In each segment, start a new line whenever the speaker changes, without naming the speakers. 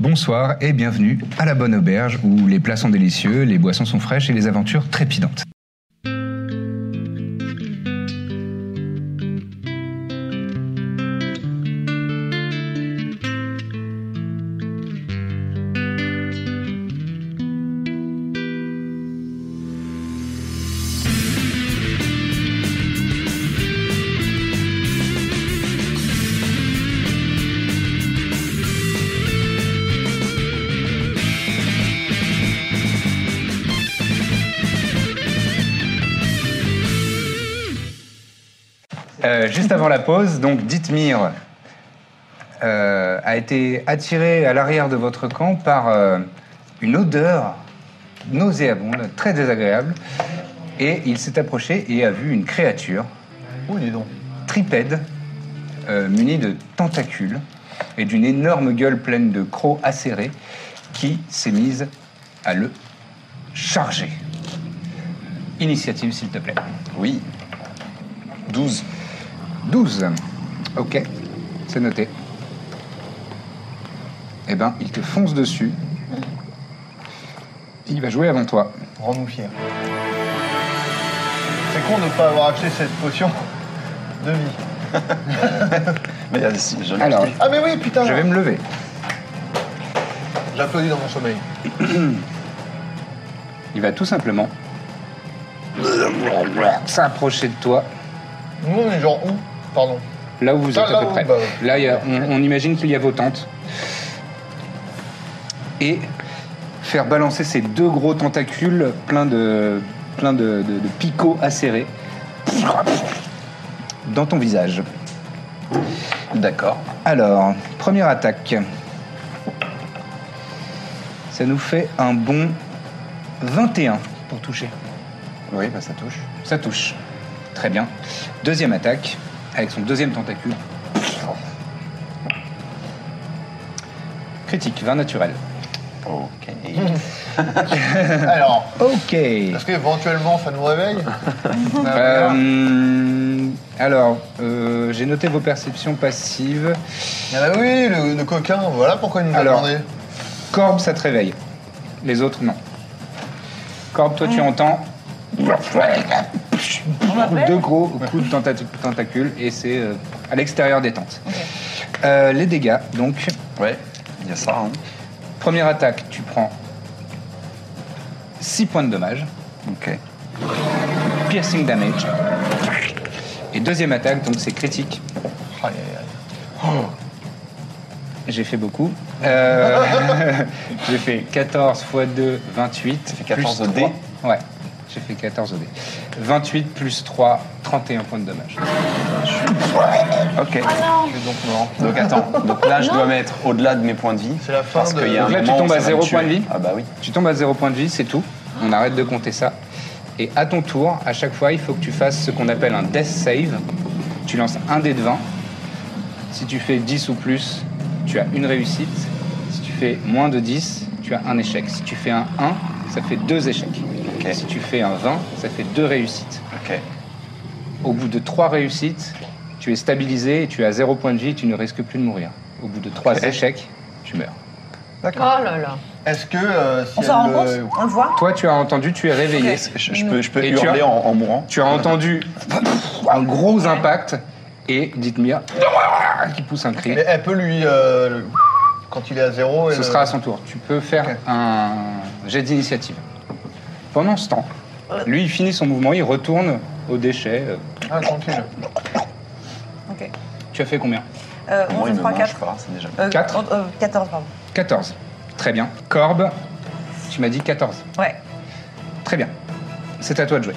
Bonsoir et bienvenue à la bonne auberge où les plats sont délicieux, les boissons sont fraîches et les aventures trépidantes. Euh, juste avant la pause, donc Dithmir euh, a été attiré à l'arrière de votre camp par euh, une odeur nauséabonde, très désagréable, et il s'est approché et a vu une créature
Oh, dis donc.
tripède, euh, muni de tentacules et d'une énorme gueule pleine de crocs acérés, qui s'est mise à le charger. Initiative, s'il te plaît. Oui. 12. 12. Ok, c'est noté. Eh ben, il te fonce dessus. Il va jouer avant toi.
Rends-nous fiers. C'est con de ne pas avoir acheté cette potion de vie.
Mais euh, si, je l'ai
Alors,
acheté.
Ah mais oui, putain
je vais me lever.
J'applaudis dans mon sommeil.
Il va tout simplement s'approcher de toi,
Nous, on est genre où Pardon.
là où vous
Ah,
êtes
là
à peu
où-
près.
bah,
Là, il y a- on, on imagine qu'il y a vos tentes. Et faire balancer ces deux gros tentacules pleins de, pleins de, de- de picots acérés dans ton visage. D'accord. Alors, première attaque. Ça nous fait un bon 21 pour toucher.
Oui, bah, ça touche.
Ça touche. Très bien. Deuxième attaque, avec son deuxième tentacule. Critique, 20 naturel.
Ok.
Alors,
Ok.
est-ce qu'éventuellement ça nous réveille Ah,
Euh, alors, euh, j'ai noté vos perceptions passives.
Ah bah oui, le, le coquin, voilà pourquoi il nous a
Alors.
demandé.
Corbe, ça te réveille. Les autres, non. Corbe, toi, tu entends deux gros coups de tenta- tentacules et c'est euh, à l'extérieur des tentes. Euh, les dégâts, donc,
Ouais, il y a ça. hein.
Première attaque, tu prends 6 points de dommage,
Ok.
piercing damage. Et deuxième attaque, donc c'est critique.
Aïe, aïe, aïe.
J'ai fait beaucoup. Euh, j'ai fait 14 x 2, 28.
fait 14
plus
au dé.
trois- Ouais, j'ai fait 14 au dé. 28 plus 3, 31 points de dommage.
Ok.
Je suis donc mort.
Donc attends, donc là je dois mettre au-delà de mes points de vie.
C'est la fin
parce
de-
qu'il y a
Donc
un
là, tu
moment où
tombes à
ça va
zéro
me tuer.
point de vie.
Ah bah oui.
Tu tombes à 0 points de vie, c'est tout. On arrête de compter ça. Et à ton tour, à chaque fois, il faut que tu fasses ce qu'on appelle un death save. Tu lances un dé de 20. Si tu fais 10 ou plus, tu as une réussite. Si tu fais moins de 10, tu as un échec. Si tu fais un 1, ça fait deux échecs.
Ok.
Si tu fais un 20, ça fait deux réussites.
Ok.
Au bout de trois réussites, tu es stabilisé et tu as 0 point de vie et tu ne risques plus de mourir. Au bout de trois
Ok.
échecs, tu meurs.
Oh là là.
Est-ce que euh, si
On
elle
s'en rend
le-
compte hein. On
Ah.
le voit
Toi, tu as entendu, tu es réveillé.
Je, je peux, je peux
Et tu
hurler
as-
en, en mourant.
Tu as entendu un gros impact et dites-moi qui pousse un cri.
Mais elle peut lui... euh, le- Quand il est à zéro...
Ce
elle-
sera à son tour. Tu peux faire
Ok.
un jet d'initiative. Pendant ce temps, lui, il finit son mouvement, il retourne au déchet.
Ah, tranquille.
Ok.
Tu as fait combien
Euh,
Moi,
11,
il me
3,
mange
4.
pas, c'est déjà.
Euh,
Quatre.
on- euh, 14, pardon.
14. Très bien. Corbe, tu m'as dit 14.
Ouais.
Très bien. C'est à toi de jouer.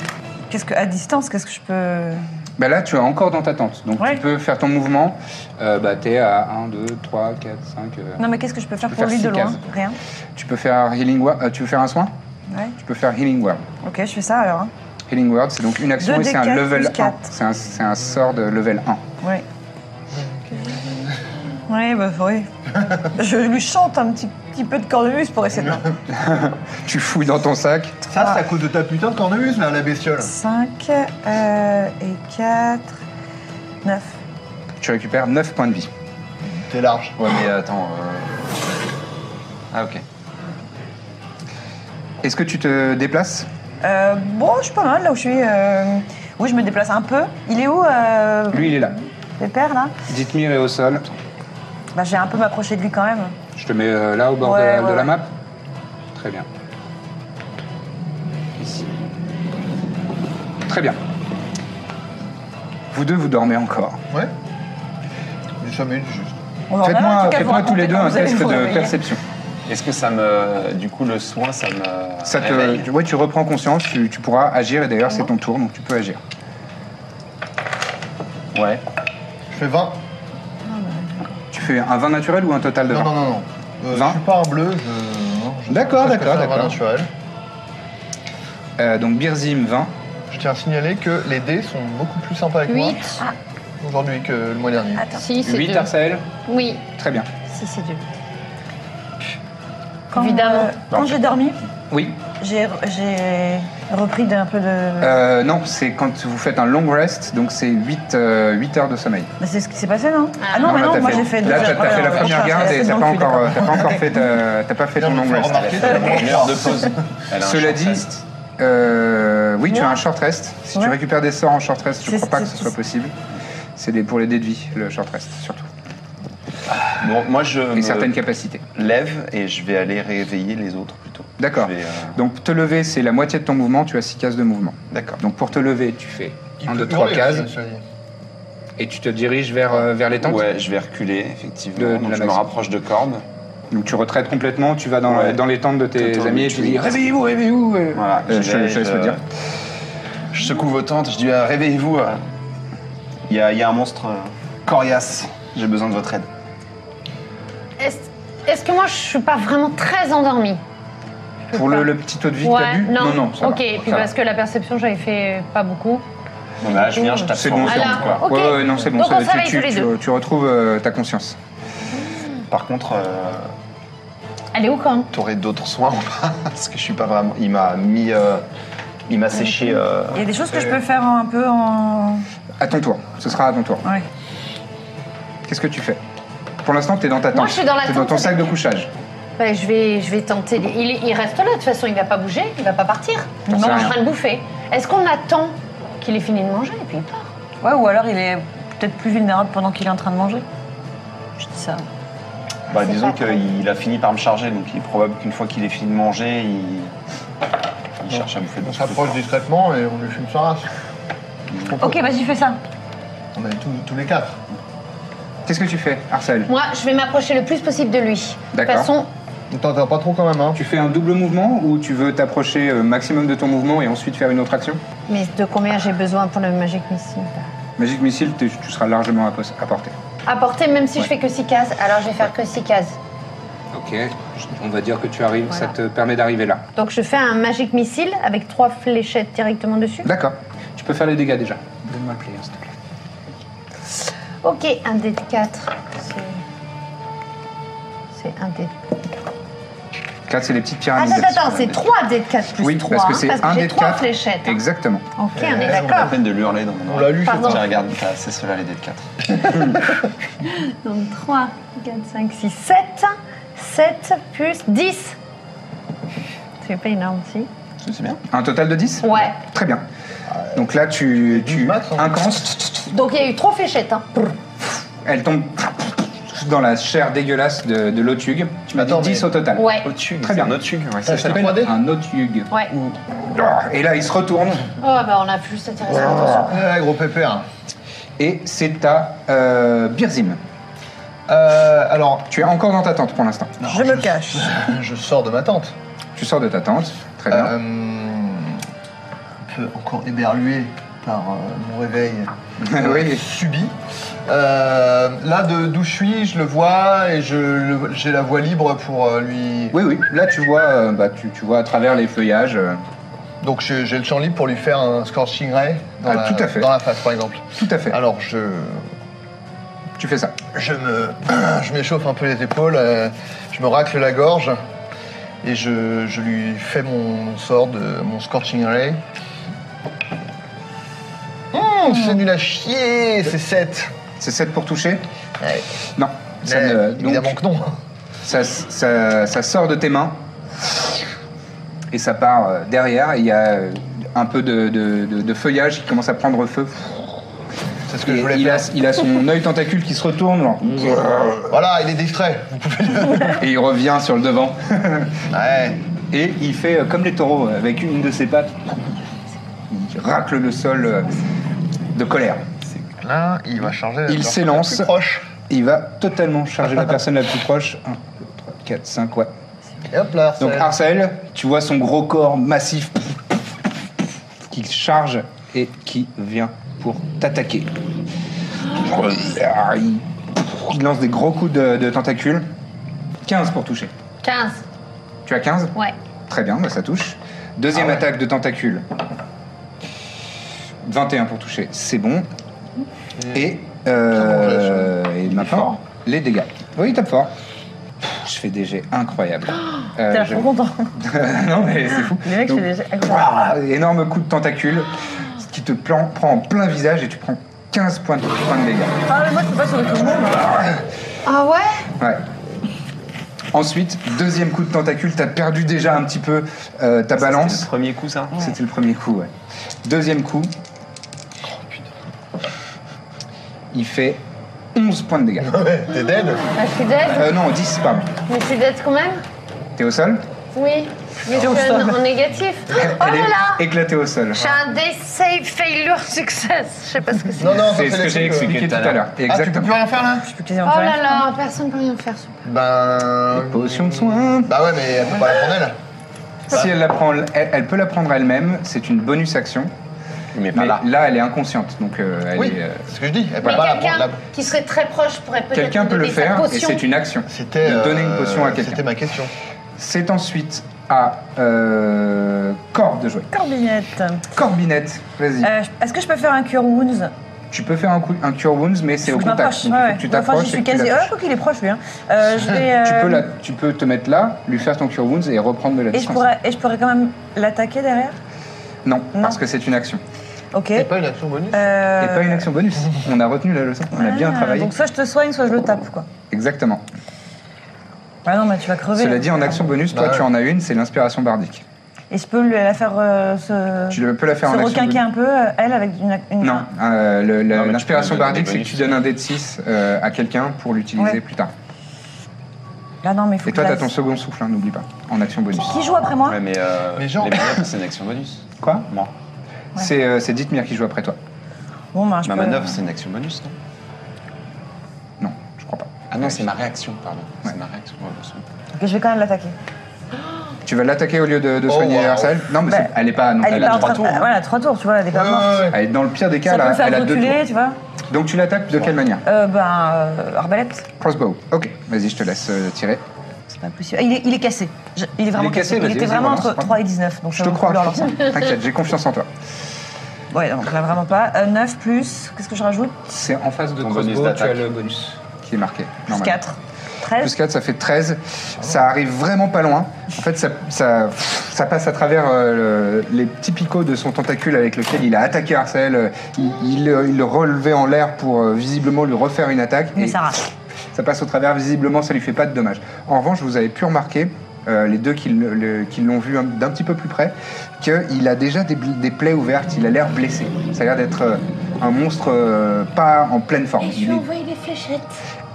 Qu'est-ce que, à distance, qu'est-ce que je peux.
Bah là, tu es encore dans ta tente. Donc
Ouais.
tu peux faire ton mouvement. Euh, bah, t'es à 1, 2, 3, 4, 5.
Non, mais qu'est-ce que je peux faire
peux
pour
faire
lui de
six
loin
cases.
Rien.
euh, Tu peux faire healing word. euh, tu veux faire un soin
Ouais.
Tu peux faire healing word.
Ok, je fais ça alors. hein.
Healing word, c'est donc une action
Deux
et
des
c'est un
quatre plus
level 1.
quatre.
C'est un, c'est un sort de level 1.
Ouais. Ouais, bah oui. je lui chante un petit, petit peu de cornemuse pour essayer de.
Tu fouilles dans ton sac.
Ça, c'est à cause de ta putain de cornemuse, là, la bestiole.
5 euh, et 4, 9.
Tu récupères 9 points de vie.
T'es large.
Ouais, mais attends. euh, Ah, ok.
Est-ce que tu te déplaces
Euh, bon, je suis pas mal là où je suis. euh, Oui, je me déplace un peu. Il est où, euh,
Lui, il est là.
Pépère, là
Dithmir est au sol.
Bah, j'ai un peu m'approché de lui quand même.
Je te mets euh, là au bord
Ouais,
de, de
ouais,
la
ouais.
map. Très bien. Ici. Très bien. Vous deux, vous dormez encore.
Ouais. Du sommeil du juste.
On va en avoir un
Faites-moi
truc à
faites-moi
vous
tous les
raconter
deux
quand
un
vous allez
test
vous
de
réveiller.
perception.
Est-ce que ça me. Du coup, le soin, ça me.
Ça
réveille
te, ouais, tu reprends conscience, tu, tu pourras agir, et d'ailleurs c'est ton tour, donc tu peux agir.
Ouais.
Je fais 20.
Tu fais un vin naturel ou un total de
Non,
vin
non, non, non. Euh,
20.
Je suis pas un bleu. je- non, je-
D'accord,
je
d'accord,
préfère un vin
d'accord.
naturel.
Euh, Donc Birzim 20,
Je tiens à signaler que les dés sont beaucoup plus sympas avec moi
8.
aujourd'hui que le mois dernier.
Attends,
Si, c'est
8
Dieu.
Arsael,
Oui,
très bien.
si, c'est Dieu.
quand,
Évidemment.
euh, quand j'ai dormi,
Oui,
j'ai j'ai repris d'un peu de.
Euh, non, c'est quand vous faites un long rest, donc c'est 8, heures de sommeil.
Bah, c'est ce qui s'est passé, non Ah
Non,
non, mais
là,
non,
t'as
moi
fait-
j'ai fait deux
Là, t'as
heures.
t'as fait la
Ouais, ouais,
première
ouais,
garde
ouais,
et
c'est
t'as
bon,
pas
je suis
encore, euh,
d'accord.
t'as pas encore fait, ta- t'as pas fait ton
Non, mais
long rest.
faut remarquer,
Elle a
c'est
une heure de pause. Elle a un
Cela
short
dit,
rest.
Euh, oui, tu as un short rest. Si
Ouais.
tu récupères des sorts en short rest, je
C'est-
crois pas que
c'est-
ce soit possible. C'est des- pour les dés de vie, le short rest, surtout.
Bon, moi, je.
Et
me
certaines capacités.
lève et je vais aller réveiller les autres plutôt.
D'accord.
Je vais, euh,
Donc te lever, c'est la moitié de ton mouvement, tu as 6 cases de mouvement.
D'accord.
Donc pour te lever, tu fais
Il
1,
peut
2, 3
hurler,
cases
je me suis dit.
et tu te diriges vers, euh, vers les tentes.
Ouais, je vais reculer,
De- de
effectivement. Donc,
la
je me
maxi.
rapproche de Corbe.
Donc tu retraites complètement, tu vas dans,
Ouais.
dans les tentes de tes
T'entends
amis
le
et tu
tweet.
dis Réveillez-vous, réveillez-vous euh.
Voilà,
Euh,
je
je,
vais-
je laisse
je-
le dire.
Je secoue vos tentes, je dis euh, réveillez-vous. euh. Il y, a- il y a un monstre euh, coriace. J'ai besoin de votre aide.
Est-ce est-ce que moi, je suis pas vraiment très endormie Je peux
Pour le,
pas.
le petit taux de vie que t'as
Ouais,
bu
non.
non, ça va,
ok, puis
ça va.
parce que la perception, j'avais fait pas beaucoup.
Bon, bah, là, je viens, je tape
C'est
sur
bon,
vos
c'est
Ah
tentes,
là,
quoi.
ok.
Ouais, ouais, non, c'est bon,
Donc
ça-
on
tu-
s'éveille
tu,
tous les
tu-
deux.
tu retrouves euh, ta conscience.
Par contre, euh,
Elle est où, quand
t'aurais d'autres soins ou pas Parce que je suis pas vraiment. Il m'a mis. euh, Il m'a séché. euh,
Il y a des choses que je peux faire en- un peu en.
À ton tour, ce sera à ton tour.
Ouais.
Qu'est-ce que tu fais Pour l'instant, t'es dans ta tente.
Moi, je suis dans la
T'es dans
tente
ton sac de
avec-
couchage.
Bah, je, vais, je vais tenter. Il, est- il reste là, de toute façon, il va pas bouger, il va pas partir. Il
J'en sais
mange
rien.
en train de bouffer. Est-ce qu'on attend qu'il ait fini de manger et puis il part
Ouais, ou alors il est peut-être plus vulnérable pendant qu'il est en train de manger. Je dis ça.
Bah,
C'est
disons
pas grave.
qu'il a fini par me charger, donc il est probable qu'une fois qu'il ait fini de manger, il. Il cherche à me faire
On s'approche discrètement et on lui fume sa race. Je propose.
Oh.
Ok, vas-y, fais ça.
On est tous, tous les quatre.
Qu'est-ce que tu fais, Arcel
Moi, je vais m'approcher le plus possible de lui. De toute
D'accord.
façon,
On t'entend pas trop quand même, hein.
Tu fais un double mouvement ou tu veux t'approcher euh, maximum de ton mouvement et ensuite faire une autre action
mais de combien j'ai besoin pour le Magic Missile
Magic Missile, t'es- tu seras largement à, pos- à portée.
Apporter, même si je fais que 6 cases, alors je vais faire que 6 cases.
Ok, on va dire que tu arrives,
Voilà.
ça te permet d'arriver là.
Donc je fais un Magic Missile avec trois fléchettes directement dessus.
D'accord, tu peux faire les dégâts déjà. Donne-moi le player, s'il te plaît.
Ok, un dé de 4. C'est un dé de
4, c'est les petites
Ah,
pyramides.
Attends, attends, c'est 3 dés de 4 plus
Oui,
3.
parce que c'est un
j'ai
des
trois
quatre. Euh,
fléchettes. hein.
Exactement.
Ok, on est
Ça vaut la
d'accord.
peine de lui hurler dans mon
On l'a lu,
Pardon.
Je regarde, ah, c'est cela les dés de 4.
Donc 3, 4, 5, 6, 7. 7 plus 10. C'est pas énorme, si
C'est bien.
Un total de 10
Ouais.
Très bien. Donc là, tu,
douze
tu
maths, hein.
incantes,
Donc il y a eu 3 fléchettes. Hein.
elle tombe dans la chair dégueulasse de, de l'autug. Tu m'as dit
Attends,
10
mais-
au total.
Ouais.
Autug,
Très bien.
c'est un autug, ouais,
Ça
c'est
c'est
s'appelle
un 3D?
un autug.
Ouais.
Ou- Et là, il se retourne
Oh, bah on a plus cette attention.
Eh, là, gros pépère.
et c'est à euh, Birzim.
Euh, alors,
Tu es encore dans ta tente pour l'instant.
je me cache.
je sors de ma tente.
Tu sors de ta tente. Très bien.
Euh, on peut Euh, encore éberluer par euh, mon réveil
Oui.
subi. Euh, là, de- d'où je suis, je le vois et je le- j'ai la voie libre pour euh, lui.
Oui, oui. Là, tu vois, euh, bah, tu, tu vois à travers les feuillages. euh,
Donc j'ai j'ai le champ libre pour lui faire un scorching ray dans,
Ah,
la,
tout à fait.
dans la face, par exemple.
tout à fait.
Alors je,
tu fais ça.
je me, je m'échauffe un peu les épaules, euh, je me racle la gorge et je, je lui fais mon, mon sort de mon scorching ray. Hum, c'est nul à chier, c'est 7.
C'est 7 pour toucher
Ouais.
Non. Ça,
Mais
ne- donc,
évidemment que non. hein.
ça, ça- ça sort de tes mains et ça part euh, derrière. et Il y a euh, un peu de, de- de- de feuillage qui commence à prendre feu.
C'est ce que je
Et
voulais
il, a,
faire. Mm.
il a son œil tentacule qui se retourne genre,
Voilà, il est distrait. Vous pouvez le.
et il revient sur le devant.
Ouais.
Et il fait euh, comme les taureaux, avec une de ses pattes, il racle le sol euh, de colère.
Là, il va changer.
Il
leur-
s'élance.
plus proche.
Il va totalement charger la personne la plus proche. 1, 2, 3, 4, 5, ouais.
Et hop là.
Donc ah.
c'est-
Arcel, tu vois son gros corps massif qui charge et qui vient pour t'attaquer. Il lance des gros coups de, de tentacules. 15 pour toucher.
15.
Tu as 15
Ouais.
Très bien, bah, ça touche. Deuxième attaque de tentacule. 21 pour toucher, c'est bon. Et, euh, et maintenant, les dégâts. Oui, tape fort. Pff, Je fais des jets incroyables. Euh,
T'es
je-
trop content.
non, mais c'est fou.
Le mec,
Donc,
c'est déjà
ouah, énorme coup de tentacule ce qui te plan- prend en plein visage et tu prends 15 points de, points de dégâts.
Ah, mais moi, je peux pas sauver tout le monde. hein.
Ah ouais
Ouais. Ensuite, deuxième coup de tentacule, t'as perdu déjà un petit peu euh, ta balance.
Premier coup, ça.
C'était le premier coup, ouais. Deuxième coup. Il fait 11 points de dégâts.
Ouais, T'es dead.
Bah, Je suis dead,
Euh, non, 10, pardon.
mais je suis dead quand même.
T'es au sol
Oh
Oui. Mais je suis en, en négatif. Oh
Elle
là là
est éclatée au sol.
J'ai un day save failure success. Je sais pas ce que c'est.
Non, non, ça,
C'est ce
les
que j'ai
trucs, euh,
expliqué tout à l'heure.
Ah, tu peux plus
Exactement.
rien faire là
Je peux utiliser mon
Oh
carré.
là là, personne peut rien faire. super.
Ben.
Potion de soin.
Bah ouais, mais elle peut pas la prendre elle.
Si elle, la prend, elle, elle peut la prendre elle-même, c'est une bonus action.
Mais pas
Mais
là.
là. elle est inconsciente, donc euh, elle
Oui,
est, euh,
c'est ce que je dis. Elle peut
Mais
pas la prendre
quelqu'un
là.
qui serait très proche pourrait peut-être.
Quelqu'un peut le
lui donner sa
faire et
potion.
c'est une action.
C'était.
de donner une
euh,
potion à quelqu'un.
C'était ma question.
C'est ensuite à euh, Corbe de jouer.
Corbinette.
Corbinette, vas-y.
Euh, Est-ce que je peux faire un cure wounds
Tu peux faire un, coup- un cure wounds, mais c'est
Faut
au
que je m'approche.
contact. Donc, il faut
Ouais,
que tu
ouais. Enfin,
t'approches.
je
et
suis
que tu
quasi.
l'attaches.
Ah, quoi qu'il est proche, lui. hein. Euh, je vais.
Tu
euh,
peux, la- tu peux te mettre là, lui faire ton cure wounds et reprendre de la
Et je
distance.
pourrais, et je pourrais quand même l'attaquer derrière.
Non,
Non.
parce que c'est une action.
Ok.
C'est pas une action bonus
Et
Euh,
pas une action bonus. On a retenu la leçon, on a bien
ah,
travaillé.
Donc soit je te soigne, soit je le tape, quoi.
Exactement.
Ah non, mais tu vas crever.
Cela
là.
dit, en action bonus, toi
Bah ouais.
tu en as une, c'est l'inspiration bardique.
Et je peux lui- la faire euh, se.
Tu le- peux la faire
se
en action
requinquer
bonus.
un peu, euh, elle, avec une. une- Ah,
Non, euh, le-
Non, mais
la-
tu peux
l'inspiration
lui donner
bardique,
des
c'est que
bonus.
tu donnes un dé de 6 euh, à quelqu'un pour l'utiliser
Ouais.
plus tard.
Là, non, mais faut
Et toi,
que
t'as
la-
ton second souffle, hein, n'oublie pas, en action bonus.
Qui joue après moi
Ouais, mais, euh,
Mais genre-
les manœuvres, c'est une action bonus.
Quoi
Moi.
C'est euh, c'est Dithmir qui joue après toi.
Bon, ben, je
Ma
peux-
manœuvre, c'est une action bonus, non
Non, je crois pas.
Ah non, c'est ma réaction, pardon.
Ouais.
C'est ma réaction. ouais, bon sang.
Ok, je vais quand même l'attaquer.
Tu vas l'attaquer au lieu de, de
Oh,
soigner
wow.
Arcel Non, mais
Bah,
c'est- elle est pas. non,
Elle est
elle a
pas en
trois
train
tours.
de. Ah, Voilà, trois tours, tu vois, elle est
Ouais,
pas
ouais,
morte.
ouais.
Elle est dans le pire des cas,
Ça peut
là,
le
elle a
faire
deux tours.
reculer, tu vois.
Donc tu l'attaques de quelle manière
Euh, ben, euh, arbalète.
Crossbow. Ok, vas-y, je te laisse euh, tirer.
C'est pas possible. Ah, Il est, il est cassé. Je- il est vraiment
Il est cassé,
cassé.
vas-y,
Il était
vas-y,
vraiment
relance,
entre
prends.
3 et 19. Donc
Je
ça
te
vaut le
crois.
coup de le relancer.
T'inquiète, j'ai confiance en toi.
Ouais, donc là vraiment pas. Euh, 9 plus, qu'est-ce que je rajoute
C'est en face de
Ton bonus
crossbow, tu as
d'attaque.
le bonus qui est marqué.
Plus
normalement.
4.
Plus
13.
4, ça fait 13. Ça arrive vraiment pas loin. En fait, ça, ça, ça passe à travers euh, le- les petits picots de son tentacule avec lequel il a attaqué Arcel. Euh, Il, il, euh, il le relevait en l'air pour euh, visiblement lui refaire une attaque.
Mais
Et
ça rate.
ça passe au travers, visiblement, ça lui fait pas de dommages. En revanche, vous avez pu remarquer, euh, les deux qui le- le- qui l'ont vu un- d'un petit peu plus près, qu'il a déjà des, bl- des plaies ouvertes, il a l'air blessé. Ça a l'air d'être euh, un monstre euh, pas en pleine forme.
Et je
Il
lui ai
est
envoyé des fléchettes.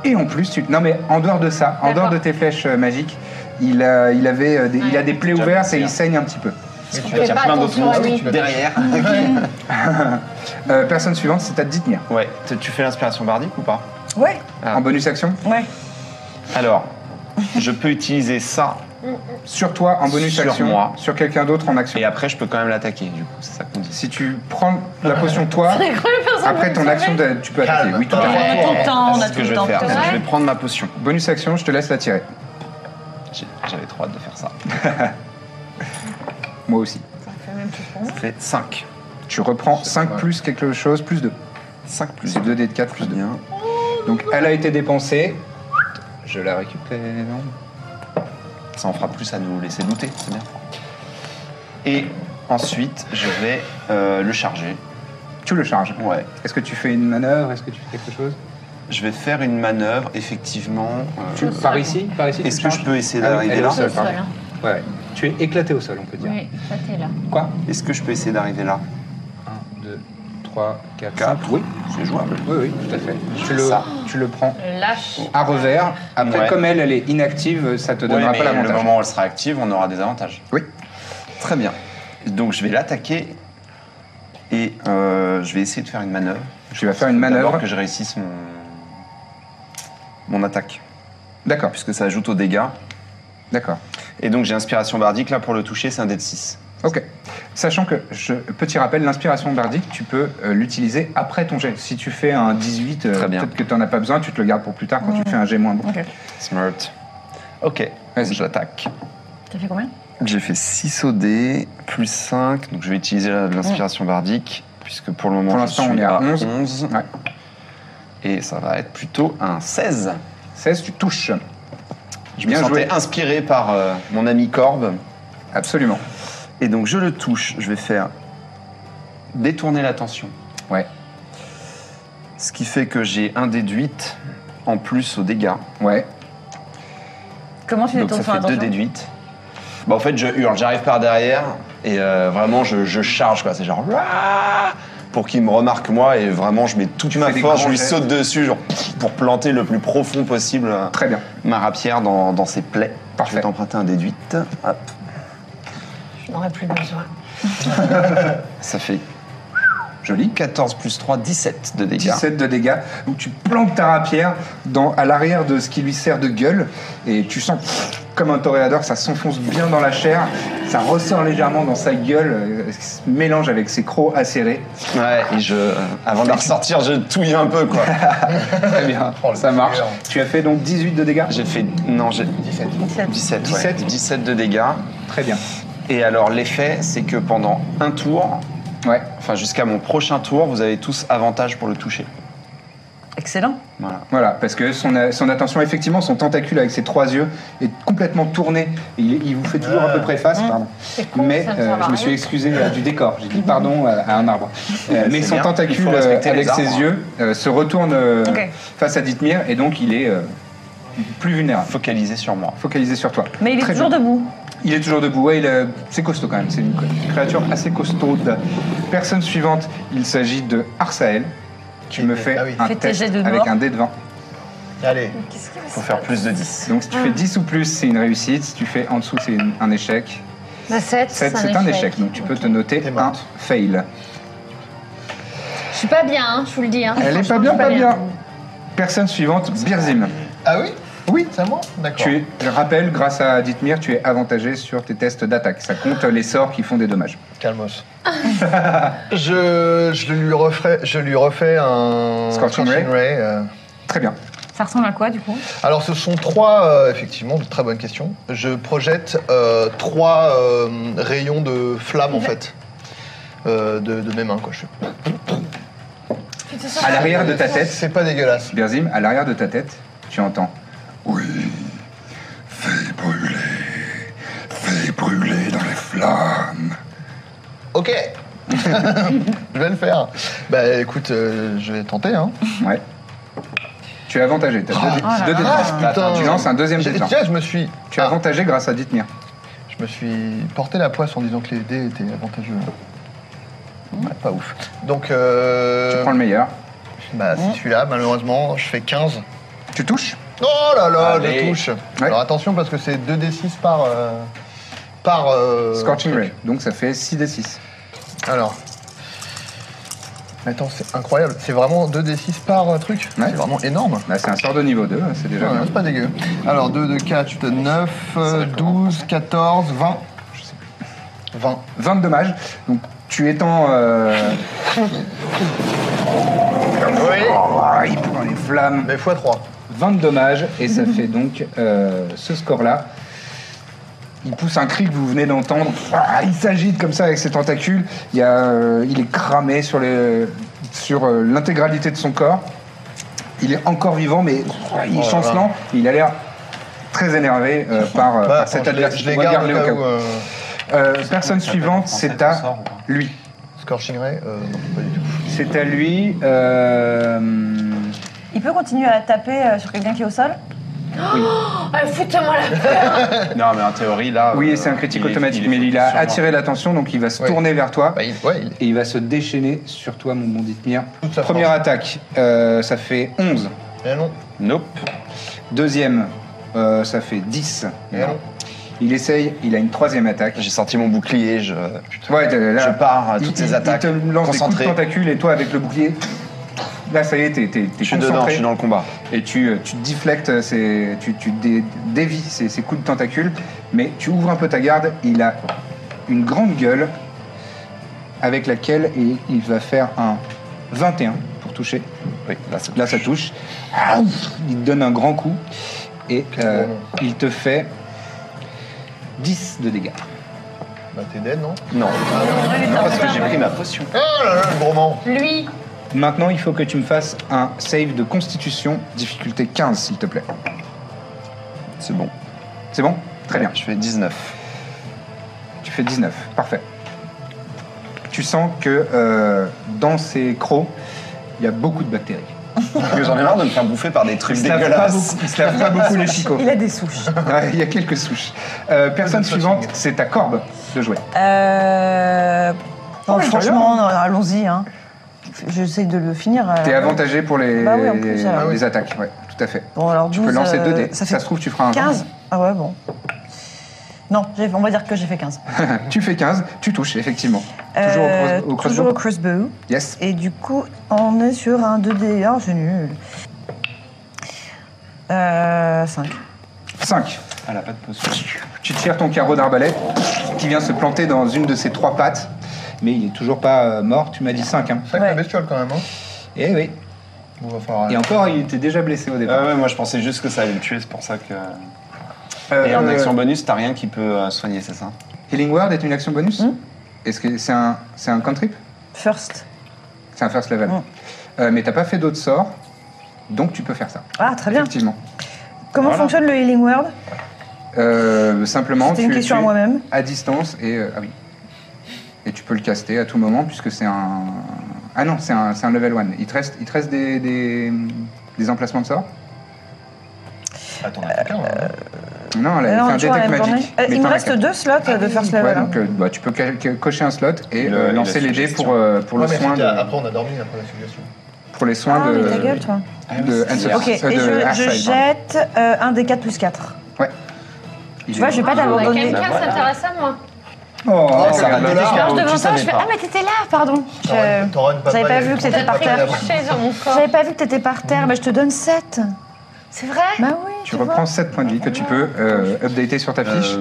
et en plus, tu... non mais en dehors de ça, en dehors
D'accord.
de tes flèches euh, magiques, il a, il avait, euh, des- il a des plaies
Déjà
ouvertes et
blessé,
il
hein.
saigne un petit peu.
Mais tu
Je fais
vas-
pas
plein d'autres
attention à lui.
monstres derrière.
Euh, personne suivante, c'est à Dithmir.
ouais, tu- tu fais l'inspiration bardique ou pas
Ouais,
Ah.
En bonus action
ouais.
Alors, je peux utiliser ça
Sur toi en bonus
Sur
action.
moi.
Sur quelqu'un d'autre en action.
Et après, je peux quand même l'attaquer, du coup, c'est ça qu'on dit.
Si tu prends la potion toi,
C'est la première personne
après
qui me
ton action,
sauve.
de- tu peux attaquer.
Calme.
Oui, tout
On
à fait.
a tout le temps, on a
C'est ce
tout
que je
le
vais
temps.
faire.
Ouais.
Je vais prendre ma potion.
Bonus action, je te laisse la tirer.
J'ai- J'avais trop hâte de faire ça.
Moi aussi.
Ça fait 5.
Tu reprends 5 plus quelque chose, plus 2.
5 plus
C'est 2 d de 4 plus 2. Donc elle a été dépensée. Je la récupère.
Ça en fera plus à nous laisser douter, c'est bien. Et ensuite, je vais euh, le charger.
Tu le charges.
Ouais.
Est-ce que tu fais une manœuvre Est-ce que tu fais quelque chose
Je vais faire une manœuvre, effectivement. euh,
Tu- Par ici Par ici tu
Est-ce
le
que
charges
je peux essayer
Ah oui, elle
d'arriver
est
là
au sol,
Au
pardon.
sol, hein.
Ouais, ouais. Tu es éclaté au sol, on peut dire.
Oui, ça t'es là.
Quoi
Est-ce que je peux essayer d'arriver là
1, 2, 3, 4,
Quatre.
5. Oui,
C'est jouable.
oui, oui, tout à fait.
Je
Tu
fais
le,
ça.
tu le prends
Lâche.
à revers. Après,
Ouais.
comme elle, elle est inactive, ça te donnera
Ouais,
pas
mais le
l'avantage.
moment où elle sera active, on aura des avantages.
Oui.
Très bien. Donc je vais l'attaquer et euh, je vais essayer de faire une manœuvre.
Tu vas faire une
Faut d'abord
manœuvre.
que je réussisse mon mon attaque,
D'accord,
puisque ça ajoute aux dégâts.
d'accord.
Et donc j'ai inspiration bardique là pour le toucher, c'est un dé de 6.
Ok. Sachant que, je, petit rappel, l'inspiration bardique, tu peux euh, l'utiliser après ton jet. Si tu fais un 18, euh,
Très bien.
peut-être que tu n'en as pas besoin, tu te le gardes pour plus tard quand tu fais un jet moins bon.
Smart. Ok,
Vas-y.
j'attaque.
T'as fait combien
J'ai fait 6 au dé, plus 5, donc je vais utiliser la- l'inspiration bardique, puisque pour le moment
Mm. Pour
je
l'instant,
suis
on est à 11.
11.
Ouais.
Et ça va être plutôt un 16.
16, tu touches.
Je
Bien
me sentais
joué.
inspiré par euh, mon ami Corbe.
Absolument.
Et donc je le touche, je vais faire détourner l'attention.
Ouais.
Ce qui fait que j'ai un déduite en plus aux dégâts.
Ouais.
Comment tu
Donc ça
détournes son
fait deux
attention
déduites. Bah, en fait, je hurle, j'arrive par derrière et euh, vraiment je, je charge quoi. C'est genre Ouah pour qu'il me remarque moi et vraiment je mets toute ma
fais des
force, je
grands
lui
gestes.
saute dessus genre, pour planter le plus profond possible euh,
Très bien.
ma rapière dans, dans ses plaies. Je
Parfait.
vais t'emprunter un déduite. Hop.
Je n'en ai plus besoin.
Ça fait joli. 14 plus 3, 17 de dégâts.
17 de dégâts. Donc tu plantes ta rapière dans, à l'arrière de ce qui lui sert de gueule et tu sens pff, comme un toréador, ça s'enfonce bien dans la chair, ça ressort légèrement dans sa gueule, euh, se mélange avec ses crocs acérés.
Ouais, et je, euh, avant de la ressortir, je touille un peu quoi.
Très bien, ça marche. Tu as fait donc 18 de dégâts
J'ai fait. Non, j'ai. 17. 17,
17.
17. de dégâts.
Très bien.
Et alors, l'effet, c'est que pendant un tour,
Ouais.
enfin jusqu'à mon prochain tour, vous avez tous avantage pour le toucher.
Excellent.
Voilà.
Voilà, parce que son, a- son attention, effectivement, son tentacule avec ses trois yeux est complètement tourné. Il, il vous fait toujours
Ah.
à peu près face,
Hein
pardon.
con,
mais
ça me sert à
je me
rien.
suis excusé euh, du décor. J'ai dit pardon euh, à un arbre. Euh, mais
c'est
son
bien. Il
tentacule
faut
euh,
respecter les
avec ses
arbres.
yeux euh, se retourne euh,
Ok.
face à Dithmir et donc il est euh, plus vulnérable.
Focalisé sur moi.
Focalisé sur toi.
Mais il est
Très
toujours
bien.
debout.
Il est toujours debout, ouais, il, euh, c'est costaud quand même, c'est une créature assez costaude. Personne suivante, il s'agit de Arsael. Tu
ben,
me fais
bah
Ah oui.
un
Fais tes
test
jets de
avec
dehors.
un dé de 20.
Allez,
Qu'est-ce qui
Faut faire plus de 10.
Donc si tu fais 10 ou plus, c'est une réussite. Si tu fais en dessous, c'est une- un échec.
La 7,
7, c'est un échec. Donc tu peux te noter
T'es
un
morte.
fail.
Je suis pas bien, hein, je vous le dis. hein.
Elle est
Franchement,
pas
je
bien,
suis
pas bien. Personne suivante, Birzim.
Ah oui
Oui.
C'est à moi D'accord.
Tu es, je rappelle, grâce à Dithmir, tu es avantagé sur tes tests d'attaque. Ça compte les sorts qui font des dommages.
Calmos. je, je, lui referai, je lui refais un.
Scorching Ray
euh.
Très bien.
Ça ressemble à quoi du coup
Alors, ce sont trois, euh, effectivement, de très bonnes questions. Je projette euh, trois euh, rayons de flamme, en fait, euh, de, de mes mains. Quoi. Je fais-
À l'arrière de ta tête,
C'est pas dégueulasse.
Birzim, à l'arrière de ta tête, tu entends.
Oui, fais brûler, fais brûler dans les flammes.
Ok Je vais le faire. Bah écoute, euh, je vais tenter. Hein.
Ouais. Tu es avantagé. T'as deux,
là
deux
là.
dés de
Ah,
vingt.
putain.
Tu lances un deuxième Ah. dé de
J'ai- Ah.
vingt.
Tiens, je me suis.
Tu es avantagé grâce à Dithmir.
Je me suis porté la poisse en disant que les dés étaient avantageux. Ouais, pas ouf. Donc,
Hmm. Tu
euh,
prends le Hmm. meilleur.
bah, c'est celui-là, malheureusement, je fais 15.
Tu touches
Oh là là, je
Allez.
touche Alors attention, parce que c'est 2d6 par... euh, par... euh,
Scorching
truc.
Ray. Donc ça fait 6 d 6.
Alors... Mais attends, c'est incroyable. C'est vraiment 2d6 par euh, truc.
Ouais.
C'est vraiment énorme.
Bah, c'est un sort de niveau 2, c'est déjà
Ah, Ouais,
bien.
c'est pas dégueu. Alors 2 de 4, 9,
va
12, 14, 20.
Je sais
20.
20 de dommages. Donc tu étends. euh, oh, il prend les flammes.
Mais x3.
20 de dommages et ça fait donc euh, ce score-là. Il pousse un cri que vous venez d'entendre. Ah, Il s'agite comme ça avec ses tentacules. Il, y a, euh, il est cramé sur les- sur euh, l'intégralité de son corps. Il est encore vivant, mais ah, il est
Oh là là.
chancelant. Il a l'air très énervé euh, par, euh,
Bah,
par
attends,
cette
je les-
adversité.
Je les
On va
garde
garder
au cas où. euh,
Euh, personne suivante, c'est
Français,
à
sort ou pas
lui.
Scorching Ray euh, Non, pas du tout.
C'est à lui. euh,
Il peut continuer à taper euh, sur quelqu'un qui est au sol
Ah, foutez-moi la
Non, mais en théorie,
Ah,
là.
Oui,
euh,
c'est un critique
il est-
automatique,
est
mais il a
sûrement-
attiré l'attention, donc il va se
Ouais.
tourner vers toi.
Bah, il, ouais, il-
Et il va se déchaîner sur toi, mon bon Dithmir.
Toute sa
Première
force.
attaque, euh, ça fait 11.
Mais non.
Nope.
Deuxième, euh, ça fait 10.
Mais non.
Il essaye, il a une troisième attaque.
J'ai sorti mon bouclier, je.
Ah,
Ouais, t'es là,
Je pars à
il-
toutes
il-
ces attaques.
Il te lance des coups de
Concentré.
tentacules et toi, avec le bouclier, là, ça y est, t'es, t'es- t'es
Je suis
concentré.
dedans, je suis dans le combat.
Et tu, euh, tu déflectes, ces- tu, tu dé- dévies ces, ces coups de tentacules, mais tu ouvres un peu ta garde. Il a une grande gueule avec laquelle il, il va faire un 21 pour toucher.
Oui, là, c'est
Là, ça touche. Ah, Il te donne un grand coup et euh, il te fait 10 de dégâts.
Bah, t'es dead, non
Non. Non, parce que j'ai pris ma potion.
Oh là là, le gourmand
Lui,
Maintenant, il faut que tu me fasses un save de constitution, difficulté 15, s'il te plaît.
C'est bon.
C'est bon Très bien.
Je fais 19.
Tu fais 19, parfait. Tu sens que euh, dans ces crocs, il y a beaucoup de bactéries.
Parce que J'en ai marre de me faire bouffer par des
Ils
trucs
se lavent pas
dégueulasses.
beaucoup, ils se lavent pas beaucoup les chicots.
Il a des souches.
Ouais, Il y a quelques souches. Euh, personne suivante, c'est ta corbe de jouer.
Ah Euh...
Oh,
non, mais
je
franchement, non, allons-y. Hein. J'essaie de le finir. euh,
T'es avantagé pour les,
Bah oui, en plus, euh,
les
oui.
attaques, ouais, tout à fait.
Bon, alors 12,
tu peux lancer
euh,
2 dés.
Ça
Ça,
fait
se trouve, tu feras un
15 Ah ouais, bon. Non, j'ai- on va dire que j'ai fait 15.
vingt. tu fais 15, tu touches, effectivement. toujours au
Euh,
cross- au crossbow.
toujours au crossbow.
Yes.
Et du coup, on est sur un 2D. Oh, c'est nul. Euh, 5.
5. Ah, Elle a pas de potion. Tu tires ton carreau d'arbalète qui vient se planter dans une de ses trois pattes, mais il est toujours pas euh, mort. Tu m'as dit 5. Hein.
C'est vrai que la bestiole quand même, hein
Eh oui.
Bon, va falloir. euh,
Et encore, il était déjà blessé au départ.
Ah ouais, moi je pensais juste que ça allait me tuer, c'est pour ça que.
Euh,
Et en
euh,
action bonus, t'as rien qui peut euh, soigner, c'est ça
Healing Word est une action bonus
Hmm
Est-ce que c'est un, c'est un cantrip
First.
C'est un first level.
Mm.
Euh, mais t'as pas fait d'autres sorts, donc tu peux faire ça.
Ah, très bien.
Effectivement.
Comment fonctionne le Healing World
Euh, simplement,
C'était une
tu,
question
tu
à
es
moi-même.
à distance et euh, ah oui. Et tu peux le caster à tout moment puisque c'est un. Ah non, c'est un, c'est un level 1. Il te reste, il te reste des, des, des emplacements de sorts
Attends,
hein. Euh,
Non, elle
Euh,
a
non,
fait un
toujours la
détect
même
magique.
journée. Euh,
mais
il me
t'en as
reste
quatre.
deux slots de first
Ouais,
level. hein.
donc euh, bah, tu peux ca- ca- cocher un slot et
Le-
euh,
la
lancer les dés
suggestion.
pour, euh, pour, le
Ouais, mais
soin
c'était
de,
Après, on a dormi après la suggestion.
pour les soins
Ah,
de.
mais ta gueule, toi.
de Ansel-
Ok, et
euh, de
je, je
Arside, pardon.
jette euh, un des 4 plus 4.
Ouais.
Tu vois, je vais pas
Ah,
bah,
t'abandonner.
quelqu'un
Voilà.
s'intéresse à moi.
Oh,
ça va
regarde-le.
de là.
Alors,
tu
je devant toi,
savais
je fais
pas.
Ah, mais t'étais là, pardon.
T'auras
Je-
une- t'auras une papaye
J'avais pas
avec
vu que
une
c'était
grande
par
papaye
terre.
après.
Couché sur mon corps.
J'avais pas vu que t'étais par terre, mais je te donne 7.
C'est vrai
Bah oui, tu,
tu reprends 7 points de vie que tu peux euh, updater sur ta fiche.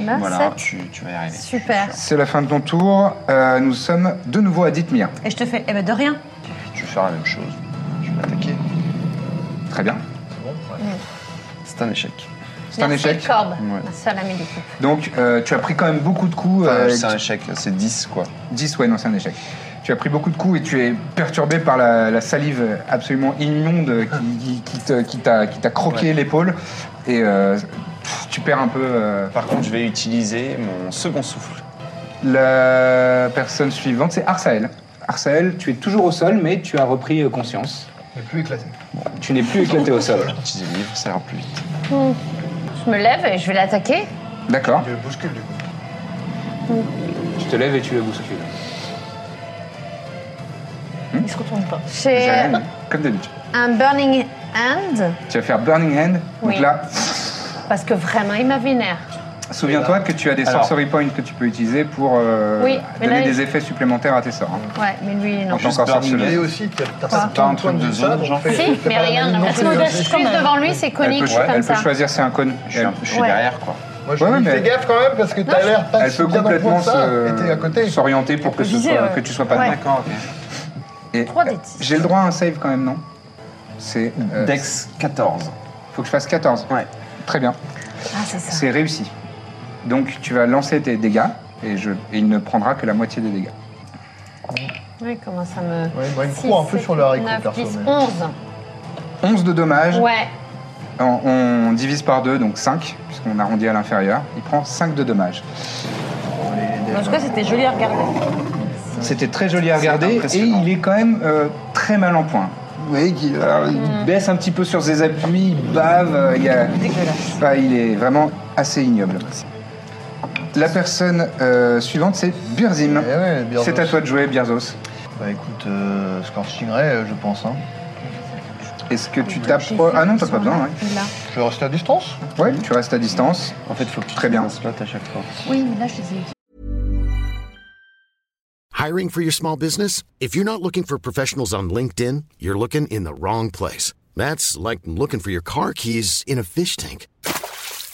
Bah,
Voilà,
sept.
tu, tu vas y arriver.
Super.
C'est la fin de ton tour. Euh, nous sommes de nouveau à Dithmir.
Et je te fais, eh ben de rien.
Je vais faire la même chose. Je vais l'attaquer.
Très bien.
C'est un échec.
C'est un
Merci,
échec.
Corbe,
Ouais.
ma seule amie d'équipe.
Donc, euh, tu as pris quand même beaucoup de coups.
Enfin,
euh,
c'est un échec, c'est 10 quoi.
10, ouais, non, c'est un échec. Tu as pris beaucoup de coups et tu es perturbé par la, la salive absolument immonde qui, qui- qui te- qui t'a qui t'a croqué l'épaule. Et euh, pff, tu perds un peu. euh,
Par contre, je vais utiliser mon second souffle.
La personne suivante, c'est Arsael. Arsael, tu es toujours au sol, mais tu as repris euh, conscience.
Mais plus éclaté.
Tu n'es plus éclaté au sol.
Utiliser le livre, ça ira plus vite.
Je me lève et je vais l'attaquer.
D'accord.
Tu le bouscules du coup.
Tu te lèves et tu le bouscules.
Il se retourne pas.
J'ai
Jamais, Comme d'habitude.
un Burning Hand
Tu vas faire Burning Hand.
Oui.
Donc là,
parce que vraiment, il m'a vénère.
Souviens-toi que tu as des
Alors.
sorcery points que tu peux utiliser pour euh,
Oui, mais
donner
là, il-
des effets supplémentaires à tes sorts. hein.
Ouais, mais lui, non.
En tant qu'ensorceleur.
Et aussi, t'as- t'as
Quoi
pas un truc de zone.
Si, mais regarde, la
Moi,
personne
je
juste devant lui, c'est
Elle
conique
peut, cho-
comme
elle
ça.
peut choisir, c'est un cône.
Je suis,
Elle,
un peu- je suis
Ouais.
derrière, quoi.
Ouais,
lui dis,
mais
fais
elle-
gaffe quand même, parce que t'as
Non,
l'air pas
elle
si
peut
bien dans le point
complètement
de ça, et t'es à
se-
côté.
s'orienter pour que, ce
viser,
soit,
ouais.
que tu sois pas
Ouais.
d'accord. Et,
3
euh,
d
J'ai le droit à un save quand même, non C'est. euh,
Dex 14.
Faut que je fasse 14.
Ouais.
Très bien.
Ah, c'est ça.
C'est réussi. Donc tu vas lancer tes dégâts et, je, et il ne prendra que la moitié des dégâts.
Oui, comment ça me.
Ouais, moi, il me
Six,
croit un peu
sept,
sur le haricot,
neuf,
perso,
dix,
mais-
11.
11 de dommages.
Ouais.
On, on divise par 2, donc 5, puisqu'on arrondit à l'inférieur. Il prend 5 de dommages.
En tout cas, c'était joli à regarder.
C'était très joli à regarder et
impressionnant.
il est quand même euh, très mal en point. Vous voyez qu'il euh,
Mm.
il baisse un petit peu sur ses appuis, il bave, euh, il, y a- Enfin, il est vraiment assez ignoble. La personne euh, suivante, c'est Burzim.
Eh ouais, Birzos.
C'est à toi de jouer, Birzos.
Bah écoute, euh, Scorching Ray, euh, je pense. Hein.
Est-ce que tu tapes... Ah non, t'as pas besoin. ouais.
Là.
Je vais rester à distance.
Ouais, tu restes à distance.
En fait, faut que tu
Très bien.
fasses un slot à chaque fois.
Oui, mais là, je les ai.
Hiring for your small business? If you're not looking for professionals on LinkedIn, you're looking in the wrong place. That's like looking for your car keys in a fish tank.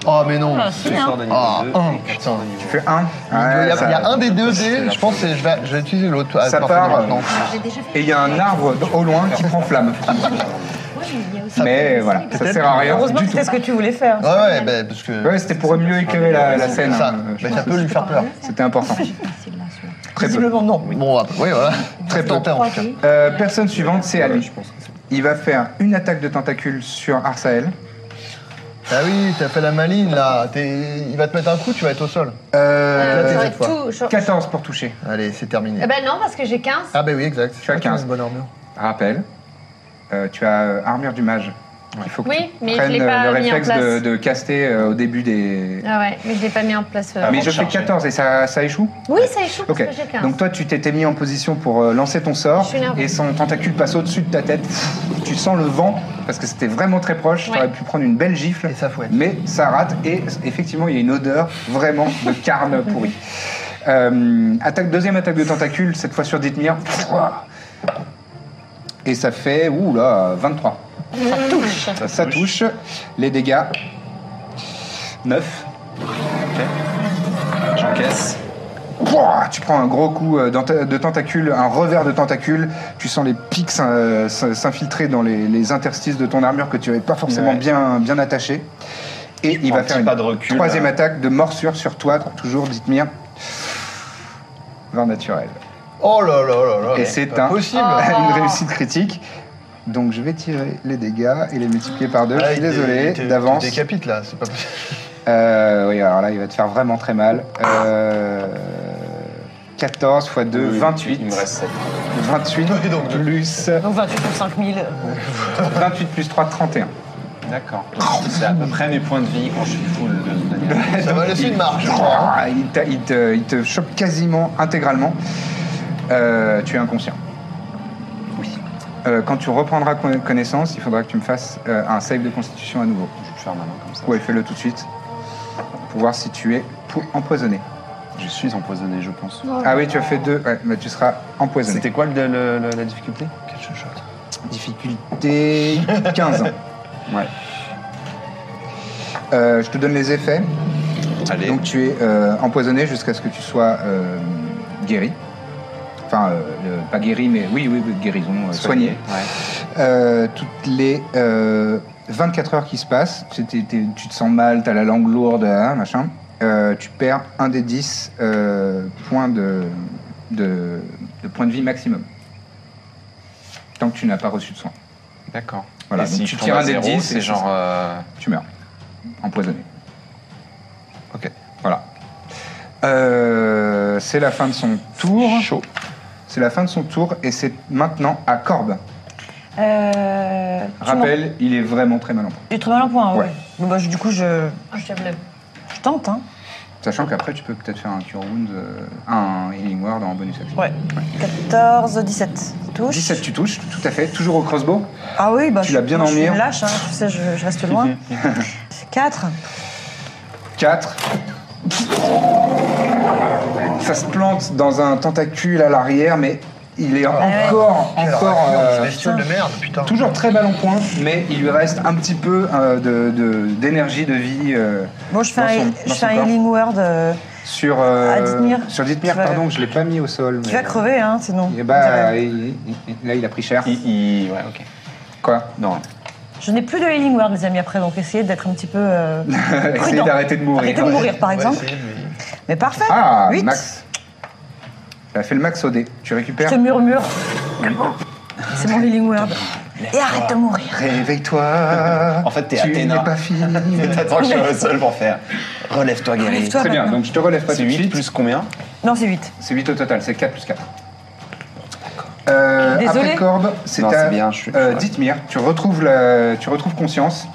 tu
Oh, mais non.
Ah,
tu
si,
sors
hein.
de niveau
Ah,
2
un,
et 400 de niveau
Tu fais 1.
il, doit y avoir- il y a un des deux dés, je pense, que je vais, je vais utiliser l'autre. Ah,
Ça
parfait,
part.
maintenant.
J'ai déjà fait.
Et il y a un arbre au loin qui prend flamme.
Ouais, mais il y a aussi.
Mais voilà, ça sert à rien
Heureusement
du
que
tout.
c'était ce que tu voulais faire.
Ouais, ouais, bah, parce que.
Ouais, c'était pour mieux éclairer la, la
Ah, c'est
scène.
ça.
hein, je
Mais ça
pense.
peut lui faire peur.
C'était important.
C'est là, celui-là.
Très peu.
Visiblement, non. Bon, après, oui, voilà. Très
peu.
tenté, en tout cas.
Euh, personne suivante, c'est à lui. Il va faire une attaque de tentacule sur Arsael.
Ah oui, t'as fait la maline, là. T'es- Il va te mettre un coup, tu vas être au sol.
Euh,
J'aurais
fois.
tout. j'aurais-
14 pour toucher.
Allez, c'est terminé.
Eh ben non, parce que j'ai 15.
Ah, bah oui, exact.
Tu as
Ah,
15.
une bonne armure.
Rappel, euh, tu as euh, armure du mage. Il faut que
Oui,
tu
mais je
prennes
l'ai
euh,
pas
le
mis en
réflexe de,
place.
de caster euh, au début des.
Ah ouais, mais je l'ai pas mis en place.
Ah,
euh.
Ah, mais je fais
charger.
14 et ça, ça échoue
Oui, ça échoue parce
Ok.
que j'ai 15.
Donc toi, tu t'étais mis en position pour euh, lancer ton sort
Je suis nerveuse.
et son tentacule passe au-dessus de ta tête. Pff, Tu sens le vent parce que c'était vraiment très proche.
Ouais.
T'aurais pu prendre une belle gifle,
Et ça fouette.
mais ça rate et effectivement, il y a une odeur vraiment de carne pourrie. Euh, attaque deuxième attaque de tentacule cette fois sur Dithmir. Et ça fait ouh là 23.
ça touche.
Ça, touche. Les dégâts 9.
J'encaisse.
Pouah, Tu prends un gros coup euh, d'enta- de tentacule, un revers de tentacule. Tu sens les pics euh, s'in- s'infiltrer dans les, les interstices de ton armure que tu n'avais pas forcément
Ouais.
bien, bien attaché. Et il va
prends un
faire
petit
une
pas de recul, euh.
troisième
là.
attaque de morsure sur toi, toujours, dites-moi. 20 naturel.
Oh là là là là.
Et c'est
pas
un-
possible.
Oh.
Une réussite critique. Donc je vais tirer les dégâts et les multiplier par deux. Je
Ah, il
suis
te-
désolé
il te- il te
d'avance.
décapite, là. C'est pas possible.
Euh, oui, alors là, il va te faire vraiment très mal. Euh, 14 x 2, 28.
Euh, Il me reste 7.
28
Oui, donc deux.
plus
Donc 28 pour 5000.
28 plus 3, 31.
D'accord. C'est à peu près mes points de vie quand je suis full euh, de, de...
Ça va laisser une marge, je crois. hein.
Ah, Il, t'a- il te, il te chope quasiment intégralement. Euh, tu es inconscient. Oui. Euh, quand tu reprendras con- connaissance, il faudra que tu me fasses euh, un save de constitution à nouveau.
Je vais faire ma main comme ça.
Ouais, fais-le tout de suite pour voir si tu es po- empoisonné.
Je suis empoisonné, je pense.
Ah oui, tu as fait deux. Ouais, mais tu seras empoisonné.
C'était quoi le- le- le- la difficulté
Difficulté 15. ouais. Euh, je te donne les effets.
Allez.
Donc tu es euh, empoisonné jusqu'à ce que tu sois euh, guéri. Enfin, euh, le- pas guéri, mais oui, oui, oui, guérison, euh, soigné.
Ouais.
Euh, toutes les euh, 24 heures qui se passent, tu, t'es- t'es- tu te sens mal, t'as la langue lourde, hein, machin. Euh, tu perds un des 10 euh, points de, de, de points de vie maximum. Tant que tu n'as pas reçu de soins.
D'accord.
Voilà,
Et
donc
si
tu
je tombe
tires
à
un des
zéro,
10,
c'est
et
genre. euh,
tu meurs. Empoisonné.
Ok.
Voilà. Euh, Euh, c'est la fin de son tour.
Chaud.
C'est la fin de son tour et c'est maintenant à Corbe.
Euh, tu m'en-
Rappel, il est vraiment très mal en point.
J'ai très mal en point, ouais.
Ouais.
Bon, bah, je- du coup, je,
Ah, je te bleu.
je tente, hein.
Sachant qu'après, tu peux peut-être faire un Cure Wound, euh, un Healing Word en bonus action.
Ouais. 14, 17. Touche.
17, tu touches, tout à fait. Toujours au crossbow.
Ah oui, bah,
Tu
je-
l'as bien
moi,
en
Je
mire.
suis lâche, hein, tu sais, je, je reste loin. 4.
4. Ça se plante dans un tentacule à l'arrière, mais il est encore,
Ah
encore. euh,
bestiole de merde, putain.
Toujours très ballon point, mais il lui reste un petit peu euh, de- de- d'énergie, de, vie. euh,
Bon, je fais,
dans
un,
son-
je
dans
fais
son
un
corps.
healing word. euh,
sur euh,
à Dithmir.
Sur Dithmir,
Tu vas-
pardon, je l'ai pas mis au sol.
tu
mais-
vas crever, hein, sinon.
Eh
on dirait.
bah, il- il- là, il a pris cher.
Il- il- Ouais, ok.
Quoi
Non.
Je n'ai plus de healing word, les amis, après, donc essayez d'être un petit peu. euh,
Essayez
prudent.
d'arrêter de mourir.
Arrêtez de mourir, par
Ouais,
exemple.
essayez de lui-
Mais parfait.
Ah,
8.
Max. Ça fait le max au dé. Tu
Je
récupères.
te murmure. C'est mon healing word. Et arrête de mourir.
Réveille-toi.
En fait, t'es
Tu
Athéna.
n'es pas fini.
T'attends que je sois le seul pour faire. Relève-toi, guerrier.
Relève-toi.
Très bien,
maintenant.
donc je te relève pas
C'est
tout de
8
suite.
plus combien
Non, c'est 8.
C'est 8 au total, c'est 4 plus 4. Euh,
Désolée.
après Corbe, c'est
Non,
à
c'est bien, je suis-
euh,
je suis-
Dithmir. Tu retrouves, la- tu retrouves conscience.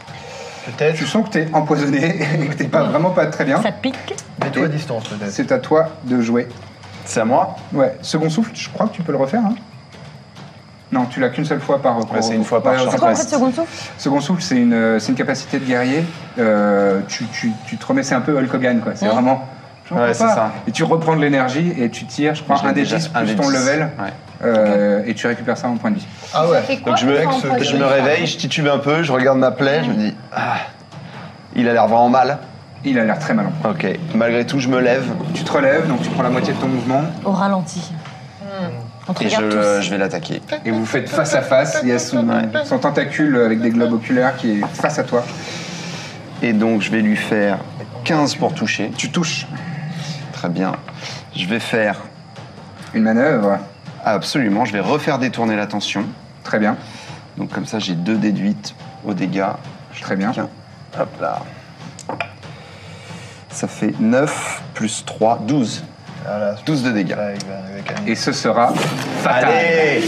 Peut-être.
Tu sens que t'es empoisonné et que t'es pas, vraiment pas très bien.
Ça pique.
Mets-toi à distance, peut-être.
C'est à toi de jouer.
C'est à moi
Ouais, second souffle, je crois que tu peux le refaire. hein. non, tu l'as qu'une seule fois par.
Ouais, c'est une fois par
Ouais,
champ.
ça
C'est quoi en
passe.
fait seconde souffle
Second souffle, c'est une, euh, c'est une capacité de guerrier. Euh, tu, tu- tu te remets, c'est un peu Hulk Hogan, quoi. C'est vraiment. j'en
Ouais,
peux
c'est
pas.
ça.
Et tu reprends de l'énergie et tu tires, je crois,
Je l'ai
un des
déjà-
10
un
plus
des
ton
10.
level.
Ouais.
euh, et tu récupères ça en point de vie.
Ah
Ça
ouais.
fait quoi
Donc je me,
quand on
ce-
empoisonne
je me
une femme
réveille, je titube un peu, je regarde ma plaie, je me dis Ah, il a l'air vraiment mal.
Il a l'air très mal en point.
Ok, malgré tout, je me lève
Tu te relèves, donc tu prends la moitié de ton mouvement
Au ralenti.
Hmm.
On te
et je,
regarde
euh,
tous.
je vais l'attaquer.
et vous faites face à face. Il y a son, son tentacule avec des globes oculaires qui est face à toi.
Et donc, je vais lui faire 15 pour toucher.
Tu touches
Très bien. Je vais faire,
une manœuvre.
absolument, je vais refaire détourner l'attention.
Très bien.
Donc, comme ça, j'ai deux déduites aux dégâts. Je
Très bien.
clique. Hop là. Ça fait 9 plus 3, 12.
Ah là,
12 de dégâts.
là, il va arriver quand même.
Et ce sera fatal.
Allez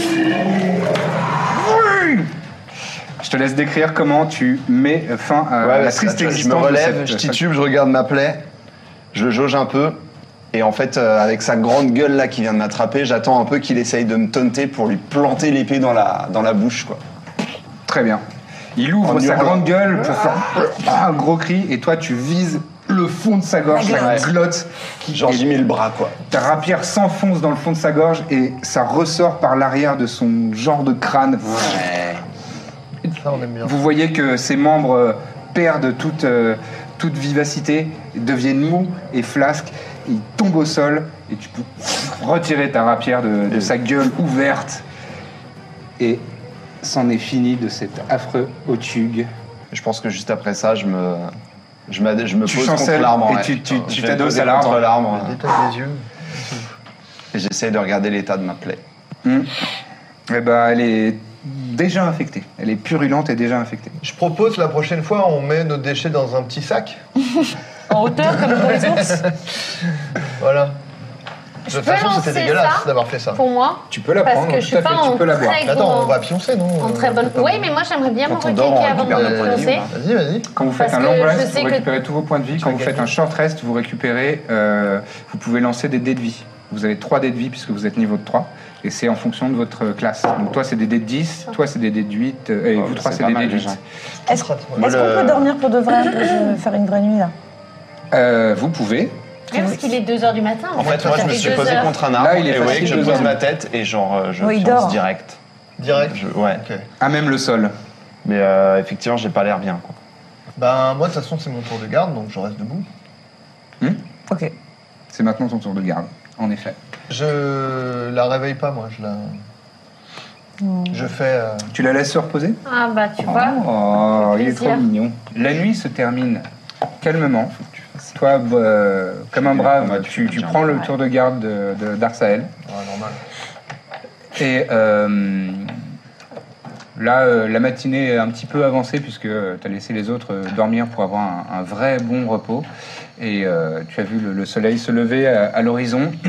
Je te laisse décrire comment tu mets fin à
Ouais,
la
ouais, c'est
triste
ça, tu vois,
existence.
Je me relève,
de
je
cette-
titube, je regarde ma plaie, je le jauge un peu. Et en fait, euh, avec sa grande gueule là qui vient de m'attraper, j'attends un peu qu'il essaye de me taunter pour lui planter l'épée dans la, dans la bouche. quoi.
Très bien. Il ouvre
En
sa
hurlant.
grande gueule pour faire un gros cri et toi tu vises le fond de sa gorge,
La
la
glotte.
glotte qui
Genre, j'y mets le bras quoi.
Ta rapière s'enfonce dans le fond de sa gorge et ça ressort par l'arrière de son genre de crâne.
Ça, on aime bien.
Vous voyez que ses membres euh, perdent toute, euh, toute vivacité, deviennent mous et flasques. Il tombe au sol et tu peux retirer ta rapière de, de sa gueule ouverte. Et c'en est fini de cet affreux otug.
Je pense que juste après ça, je me, je m'ad- je me
Tu
pose contre
chancelles
l'arbre.
et
ouais.
tu- tu-
Je
tu
vais me
t'adosses
poser
à l'arbre.
contre l'arbre.
Le détail des yeux.
Et j'essaye de regarder l'état de ma plaie.
Hmm. Eh ben, elle est déjà infectée. Elle est purulente et déjà infectée.
Je propose la prochaine fois, on met nos déchets dans un petit sac.
En hauteur, comme pour les ours.
Voilà. De toute
peux
façon,
lancer
c'était dégueulasse
ça
d'avoir fait ça.
Pour moi.
Tu peux la
Parce
prendre,
que
tout
je suis
à
pas
fait, tu
en
peux la boire.
très
Attends, on
bonne.
va pioncer, non euh,
En très bonne. Oui, mais moi j'aimerais bien me
Quand on dort, on
requinquer avant de
récupère nos points de vie,
pioncer.
hein.
Vas-y, vas-y.
Quand vous faites
Parce
un
que
long
je
rest,
sais
vous
que-
récupérez tous vos points de vie. Quand vous faites un short rest, vous récupérez, euh, vous pouvez lancer des dés de vie. Vous avez 3 dés de vie puisque vous êtes niveau de 3 et c'est en fonction de votre classe. Donc toi c'est des dés de 10, toi c'est des dés de 8 euh, et
Oh,
vous
mais
3
c'est
c'est
pas
des
mal
dés de 8.
déjà.
Est-ce est-ce qu'on peut dormir pour de vrai Je vais faire une vraie nuit là.
Euh, vous pouvez.
Ouais, Parce qu'il est 2h du matin.
En fait,
Ça
moi, je me
fait
suis
deux
posé
heures.
contre un arbre
Là, il est
et vous voyez que
facile
je
de
pose
voir.
ma tête et genre, euh, je
Oui, il
fonce
dort.
direct.
Direct.
Je- ouais.
Ok.
Ah même le sol.
Mais euh, effectivement, j'ai pas l'air bien. Quoi.
Ben, moi, de toute façon, c'est mon tour de garde, donc je reste debout.
Ok.
C'est maintenant ton tour de garde. En effet.
Je la réveille pas, moi. Je la. Je fais. euh,
Tu la laisses se reposer
Ah bah tu vois.
Oh,
fait
il est trop
plaisir.
mignon. La nuit se termine calmement. Toi, euh, comme un brave, tu, tu prends le tour de garde de- de- d'Arsael.
ouais, normal.
Et euh, là, euh, la euh, matinée est un petit peu avancée puisque tu as laissé les autres euh, dormir pour avoir un, un vrai bon repos. Et euh, tu as vu le, le soleil se lever à, à l'horizon,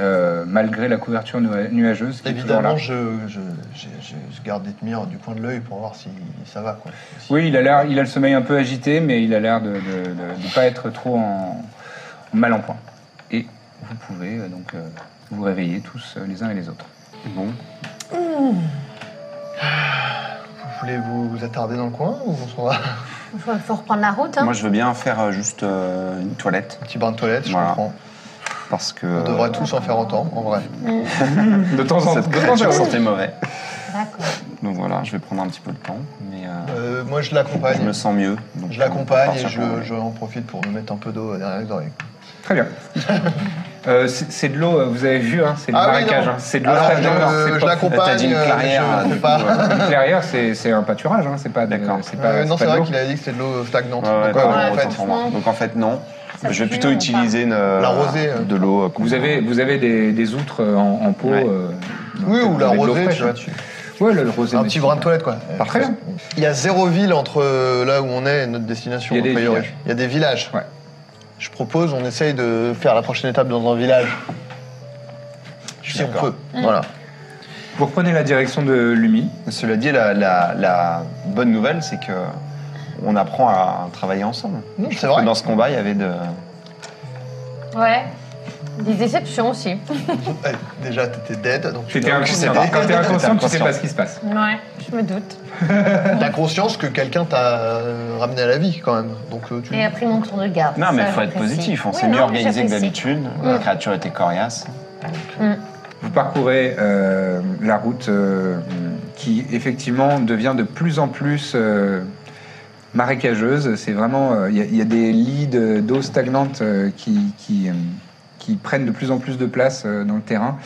euh, malgré la couverture nua- nuageuse. qui est toujours là.
Évidemment, je, je, je, je- je garde Etmir du coin de l'œil pour voir si ça va. Quoi. Si-
Oui, il a l'air, il a le sommeil un peu agité, mais il a l'air de ne pas être trop en, en mal en point. Et vous pouvez euh, donc euh, vous réveiller tous euh, les uns et les autres.
Bon.
Vous voulez vous, vous attarder dans le coin ou on s'en va
Il faut, faut reprendre la route. Hein.
Moi, je veux bien faire euh, juste euh, une toilette.
Un petit bain de toilette, je
Voilà.
comprends.
Parce que.
On devrait tous en faire autant, en vrai.
De temps en
Cette
temps,
créature sentait mauvais.
D'accord.
Donc voilà, je vais prendre un petit peu le temps. Mais euh,
Euh, moi, je
je me
l'accompagne.
sens mieux. donc
Je
on peut
l'accompagne et
partir
je,
pour-
je en profite pour me mettre un peu d'eau derrière les oreilles.
Très bien. Euh, c'est c'est de l'eau, euh, vous avez vu, hein, c'est du
Ah oui,
marécage,
non.
hein, c'est de l'eau
Alors,
fraîche
je-
encore, c'est
je
pas-
l'accompagne,
T'as dit une
euh, je
clairière,
ne
du
peux
coup,
pas.
euh,
Une clairière, c'est c'est un pâturage, hein, c'est pas de,
D'accord.
c'est
Euh,
pas,
non,
c'est
c'est
pas de
vrai
l'eau.
qu'il avait dit que c'était de l'eau stagnante.
Ouais, ouais,
Donc, euh,
pardon,
ouais,
en
autant
fait,
pour moi. Donc en fait, non.
Ça
je vais
pue,
plutôt
on
utiliser une, euh,
La rosée, euh.
de l'eau. euh, qu'on-
Vous avez, vous avez des, des outres euh, en, en pot.
Ouais.
euh, donc
oui,
peut-être
ou
vous
la
avez de l'eau
rosée,
fraîche,
tu vois.
hein.
tu-
Ouais, le, le rosé.
Un
mais
petit
tu-
brin de toilette, quoi.
Parfait.
Euh, Il y a zéro ville entre euh, là où on est et notre destination,
Il y
a
a des
priori.
villages.
Il y a des villages.
Ouais.
Je propose, on essaye de faire la prochaine étape dans un village. Si on peut. Voilà.
Vous reprenez la direction de Lumi.
Cela dit, la, la- la bonne nouvelle, c'est que on apprend à travailler ensemble.
Non,
Je
c'est
trouve
vrai.
que Dans ce combat, il y avait de.
Ouais. Des déceptions aussi.
Eh, Déjà, t'étais dead, donc tu
T'étais
dois-
inconscient. Quand t'es inconscient, tu sais pas ce qui se passe.
Ouais, je me doute.
T'as conscience que quelqu'un t'a euh, ramené à la vie quand même. Donc euh, tu.
Et après mon tour de garde.
Non, mais
ça,
il faut être
j'apprécie.
positif. On
Oui,
s'est
non,
mieux
mais Mm.
organisé que
j'apprécie.
d'habitude. La créature était coriace.
Vous parcourez euh, la route euh, qui effectivement devient de plus en plus euh, marécageuse. C'est vraiment, euh, il y a- il y, a des lits de- d'eau stagnante euh, qui, qui, euh, qui prennent de plus en plus de place euh, dans le terrain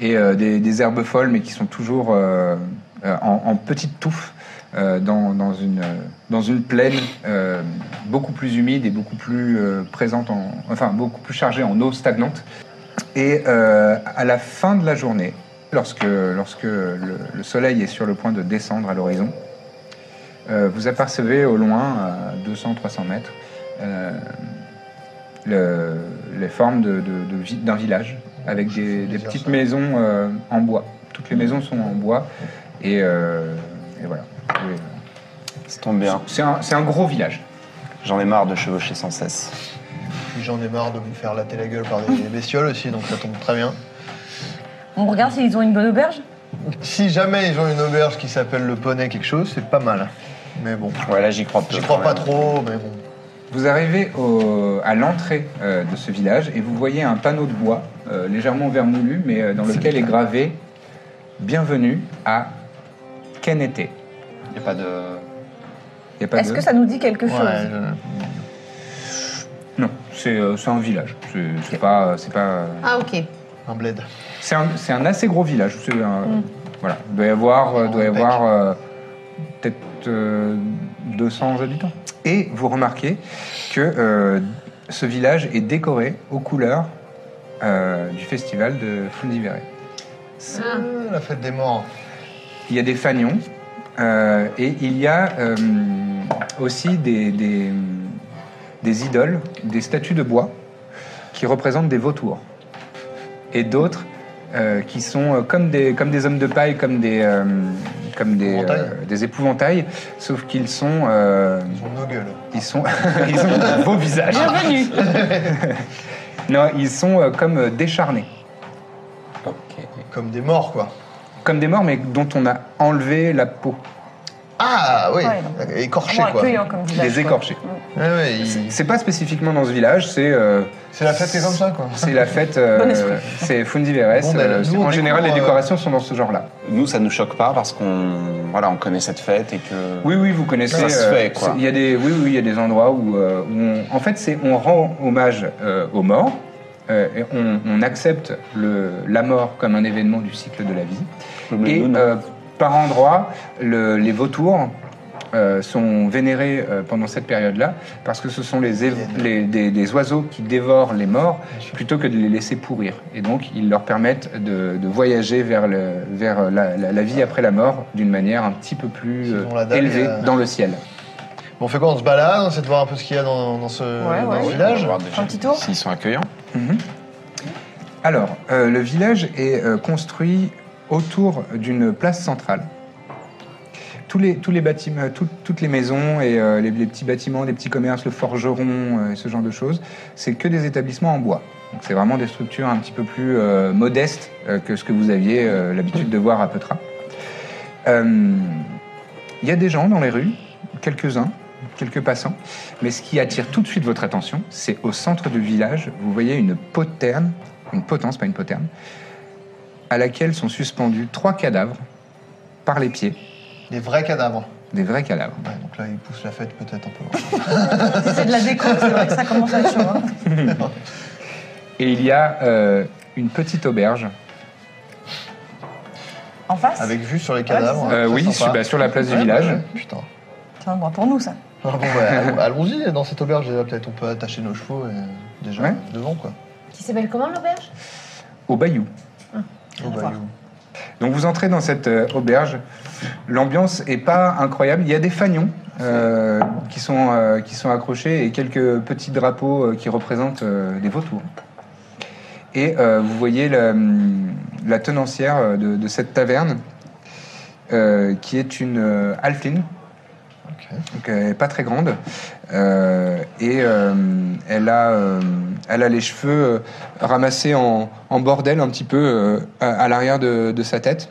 et euh, des, des herbes folles, mais qui sont toujours euh, euh, en, en petites touffes euh, dans, dans une, euh, dans une plaine euh, beaucoup plus humide et beaucoup plus euh, présente, en, enfin beaucoup plus chargée en eau stagnante. Et euh, à la fin de la journée, lorsque, lorsque le, le soleil est sur le point de descendre à l'horizon, euh, vous apercevez au loin, à 200-300 mètres, euh, le- les formes de- de- de vi- d'un village avec des, des petites maisons euh, en bois. Toutes les maisons sont en bois et, euh, et voilà. Et, euh,
Ça tombe bien.
C'est un, c'est un gros village.
J'en ai marre de chevaucher sans cesse.
Puis j'en ai marre de me faire latter la gueule par des bestioles aussi, donc ça tombe très bien.
On regarde s'ils ont une bonne auberge.
Si jamais ils ont une auberge qui s'appelle le poney quelque chose, c'est pas mal. Mais bon.
Ouais, là, j'y crois peu.
J'y crois
quand
pas
même.
trop, mais bon.
Vous arrivez au- à l'entrée euh, de ce village et vous voyez un panneau de bois euh, légèrement vermoulu, mais euh, dans lequel est gravé Bienvenue à Kenete. Il
Y a pas de.
n'y a pas
Est-ce
de-
que ça nous dit quelque
Ouais,
chose
euh,
Non, c'est euh, c'est un village. C'est c'est pas. euh, C'est pas, euh,
Ah, ok.
un bled.
c'est un, c'est un assez gros village. C'est un- Voilà. Il doit y avoir, euh, doit y avoir euh, peut-être euh, 200 habitants. Et vous remarquez que euh, ce village est décoré aux couleurs euh, du festival de Fundiverre.
Ah, La fête des morts.
Il y a des fanions euh, et il y a euh, aussi des, des, des idoles, des statues de bois qui représentent des vautours et d'autres euh, qui sont euh, comme des, comme des hommes de paille, comme des, euh, comme des,
Épouvantails.
euh, des épouvantails, sauf qu'ils sont, euh,
Ils ont nos gueules.
ils sont, ils ont beaux visages. Bienvenue. non, ils sont euh, comme euh, décharnés.
Ok.
Comme des morts, quoi.
Comme des morts, mais dont on a enlevé la peau,
Ah oui,
Ouais, donc.
écorché
Bon,
quoi.
accueillant comme village.
les
quoi.
écorchés.
Ouais, ouais, il-
C'est pas spécifiquement dans ce village, c'est. euh,
C'est la fête qui est comme ça, quoi.
C'est la fête. euh, c'est Fundiveres.
Bon, ben,
euh,
nous, on
en général, les
découvre, euh,
décorations sont dans ce genre-là.
Nous, ça nous choque pas parce qu'on voilà, on connaît cette fête et que.
Oui, oui, vous connaissez.
Ça se
euh,
fait, quoi.
c'est- Il y a des, oui, oui, il y a des endroits où, euh, où on- en fait, c'est on rend hommage euh, aux morts. euh, et on, on accepte le, la mort comme un événement du cycle de la vie.
Mais
Et
nous, non.
euh, par endroits, le- les vautours euh, sont vénérés euh, pendant cette période-là parce que ce sont les, év- les- des, des oiseaux qui dévorent les morts plutôt que de les laisser pourrir. Et donc, ils leur permettent de, de voyager vers, le- vers la, la- la vie après la mort d'une manière un petit peu plus
Ils
euh,
ont la dalle,
élevée
euh.
dans le ciel.
Bon, on fait quoi On se balade, on essaie de voir un peu ce qu'il y a dans, dans ce
Ouais,
dans
ouais.
ce
Oui,
village.
Un petit tour
S'ils sont accueillants.
Mhm. Alors, euh, le village est euh, construit autour d'une place centrale. Tous les, tous les bâtiments, euh, tout- toutes les maisons et euh, les, les petits bâtiments, les petits commerces, le forgeron euh, et ce genre de choses, c'est que des établissements en bois. Donc c'est vraiment des structures un petit peu plus euh, modestes euh, que ce que vous aviez euh, l'habitude de voir à Petra. Euh, Il y a des gens dans les rues, quelques-uns, quelques passants, mais ce qui attire tout de suite votre attention, c'est au centre du village, vous voyez une poterne, une potence, pas une poterne, à laquelle sont suspendus trois cadavres par les pieds,
Des vrais cadavres.
des vrais cadavres.
Ouais, donc là, ils poussent la fête peut-être un peu.
C'est de la déco, c'est vrai que ça commence à être chaud. hein.
Et il y a euh, une petite auberge,
En face
Avec vue sur les
c'est
cadavres.
ça.
hein,
Euh,
très
oui,
sympa.
sur- bah, sur la place du
Ouais,
village.
ouais, ouais, Putain.
C'est un endroit pour nous, ça.
Ah bon, bah, allons- allons-y dans cette auberge. déjà, Peut-être on peut attacher nos chevaux et déjà
Ouais.
devant quoi.
Qui s'appelle comment l'auberge
au Bayou.
Oh, bah,
voir.
you.
Donc vous entrez dans cette euh, auberge, l'ambiance est pas incroyable. Il y a des fanions euh, qui, sont, euh, qui sont accrochés et quelques petits drapeaux euh, qui représentent euh, des vautours. Et euh, vous voyez la, hum, la tenancière euh, de, de cette taverne, euh, qui est une euh, alpine,
Ok.
donc elle est pas très grande. Euh, et euh, elle, a, euh, elle a les cheveux euh, ramassés en, en bordel un petit peu euh, à, à l'arrière de, de sa tête.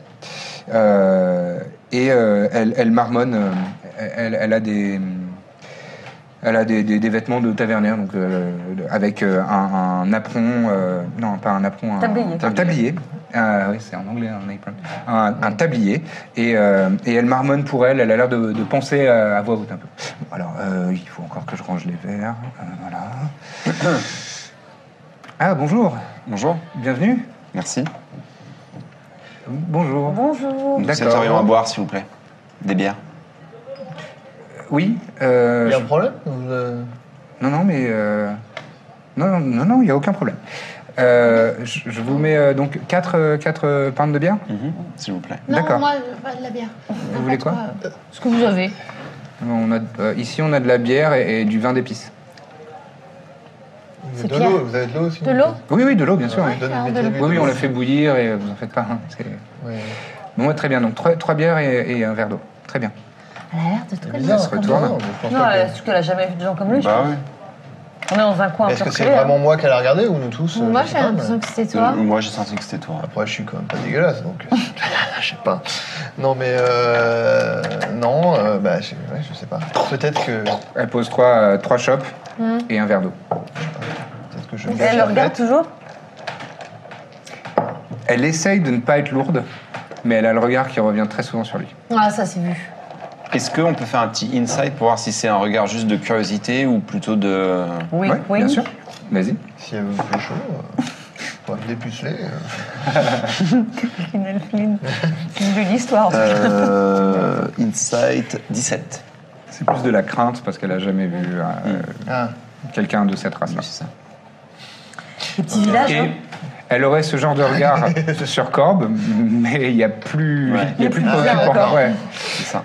Euh, et euh, elle, elle marmonne. euh, elle, elle a des. Elle a des, des- des vêtements de tavernière, donc euh, avec euh, un, un apron, euh, non pas un apron, un
Tablier.
un tablier. Euh, oui, c'est en anglais, un apron. Un, un tablier. Et, euh, et elle marmonne pour elle. Elle a l'air de, de penser à, à voix haute un peu. Bon, alors, euh, il faut encore que je range les verres. Euh, voilà. Ah bonjour,
Bonjour.
bienvenue.
Merci.
Bonjour.
Bonjour.
Nous
D'accord.
serions à boire, s'il vous plaît. Des bières.
Oui.
Il
euh,
y a un problème Vous, euh,
Non, non, mais. euh, Non, non, non, non, il n'y a aucun problème. Euh, je, je vous mets euh, donc 4 quatre, euh, quatre, euh, pintes de bière.
Mhm, S'il vous plaît.
D'accord.
Non, moi, euh, pas de la bière. N'importe
voulez quoi
euh,
Ce que vous avez.
On a, euh, ici, on a de la bière et, et du vin d'épices.
vous
C'est
avez de
Pierre.
l'eau, vous avez de l'eau aussi
De l'eau
Oui, oui, de l'eau, bien sûr.
Ouais,
oui.
donne-
Pierre, de
mettez-le,
l'eau.
mettez-le.
Oui, oui, on la fait bouillir et vous en faites pas. hein, c'est-
Ouais.
Bon, ouais, très bien. Donc, trois, trois bières et, et un verre d'eau. Très bien.
Elle a l'air de tout
C'est bizarre,
se
hein, comme
retourne.
ça, je pense
Non,
pas que-
parce qu'elle a jamais vu de gens comme lui,
Bah
je
oui.
pense. On est dans un coin un
Est-ce
peu
que c'est
reculé, hein.
vraiment moi qui a regardé ou nous tous euh,
Moi,
je sais pas,
j'ai
mais-
l'impression que c'était toi.
Euh, moi, j'ai senti que c'était toi.
Après, je suis quand même pas dégueulasse, donc euh, je sais pas. Non, mais euh, non, euh, bah, je, ouais, je sais pas. Peut-être que,
Elle pose trois, euh, trois chopes et un verre d'eau.
peut-être que je.
Et Elle le regarde toujours
Elle essaye de ne pas être lourde, mais elle a le regard qui revient très souvent sur lui.
Ah, ça, c'est vu.
Est-ce qu'on peut faire un petit insight pour voir si c'est un regard juste de curiosité ou plutôt de.
Oui,
Ouais,
oui.
Bien sûr. Vas-y.
Si elle veut plus chaud, euh, on va me dépuceler. euh.
Une elfine. C'est de l'histoire.
Euh, insight 17.
C'est plus de la crainte parce qu'elle a jamais vu euh,
Ah,
quelqu'un de cette race-là.
Oui, c'est ça.
Les petits villages,
Et
hein.
elle aurait ce genre de regard sur Corbe, mais il n'y a plus,
Ouais.
il y a plus de
Ah,
problème pour
d'accord.
Corbe, ouais.
C'est ça.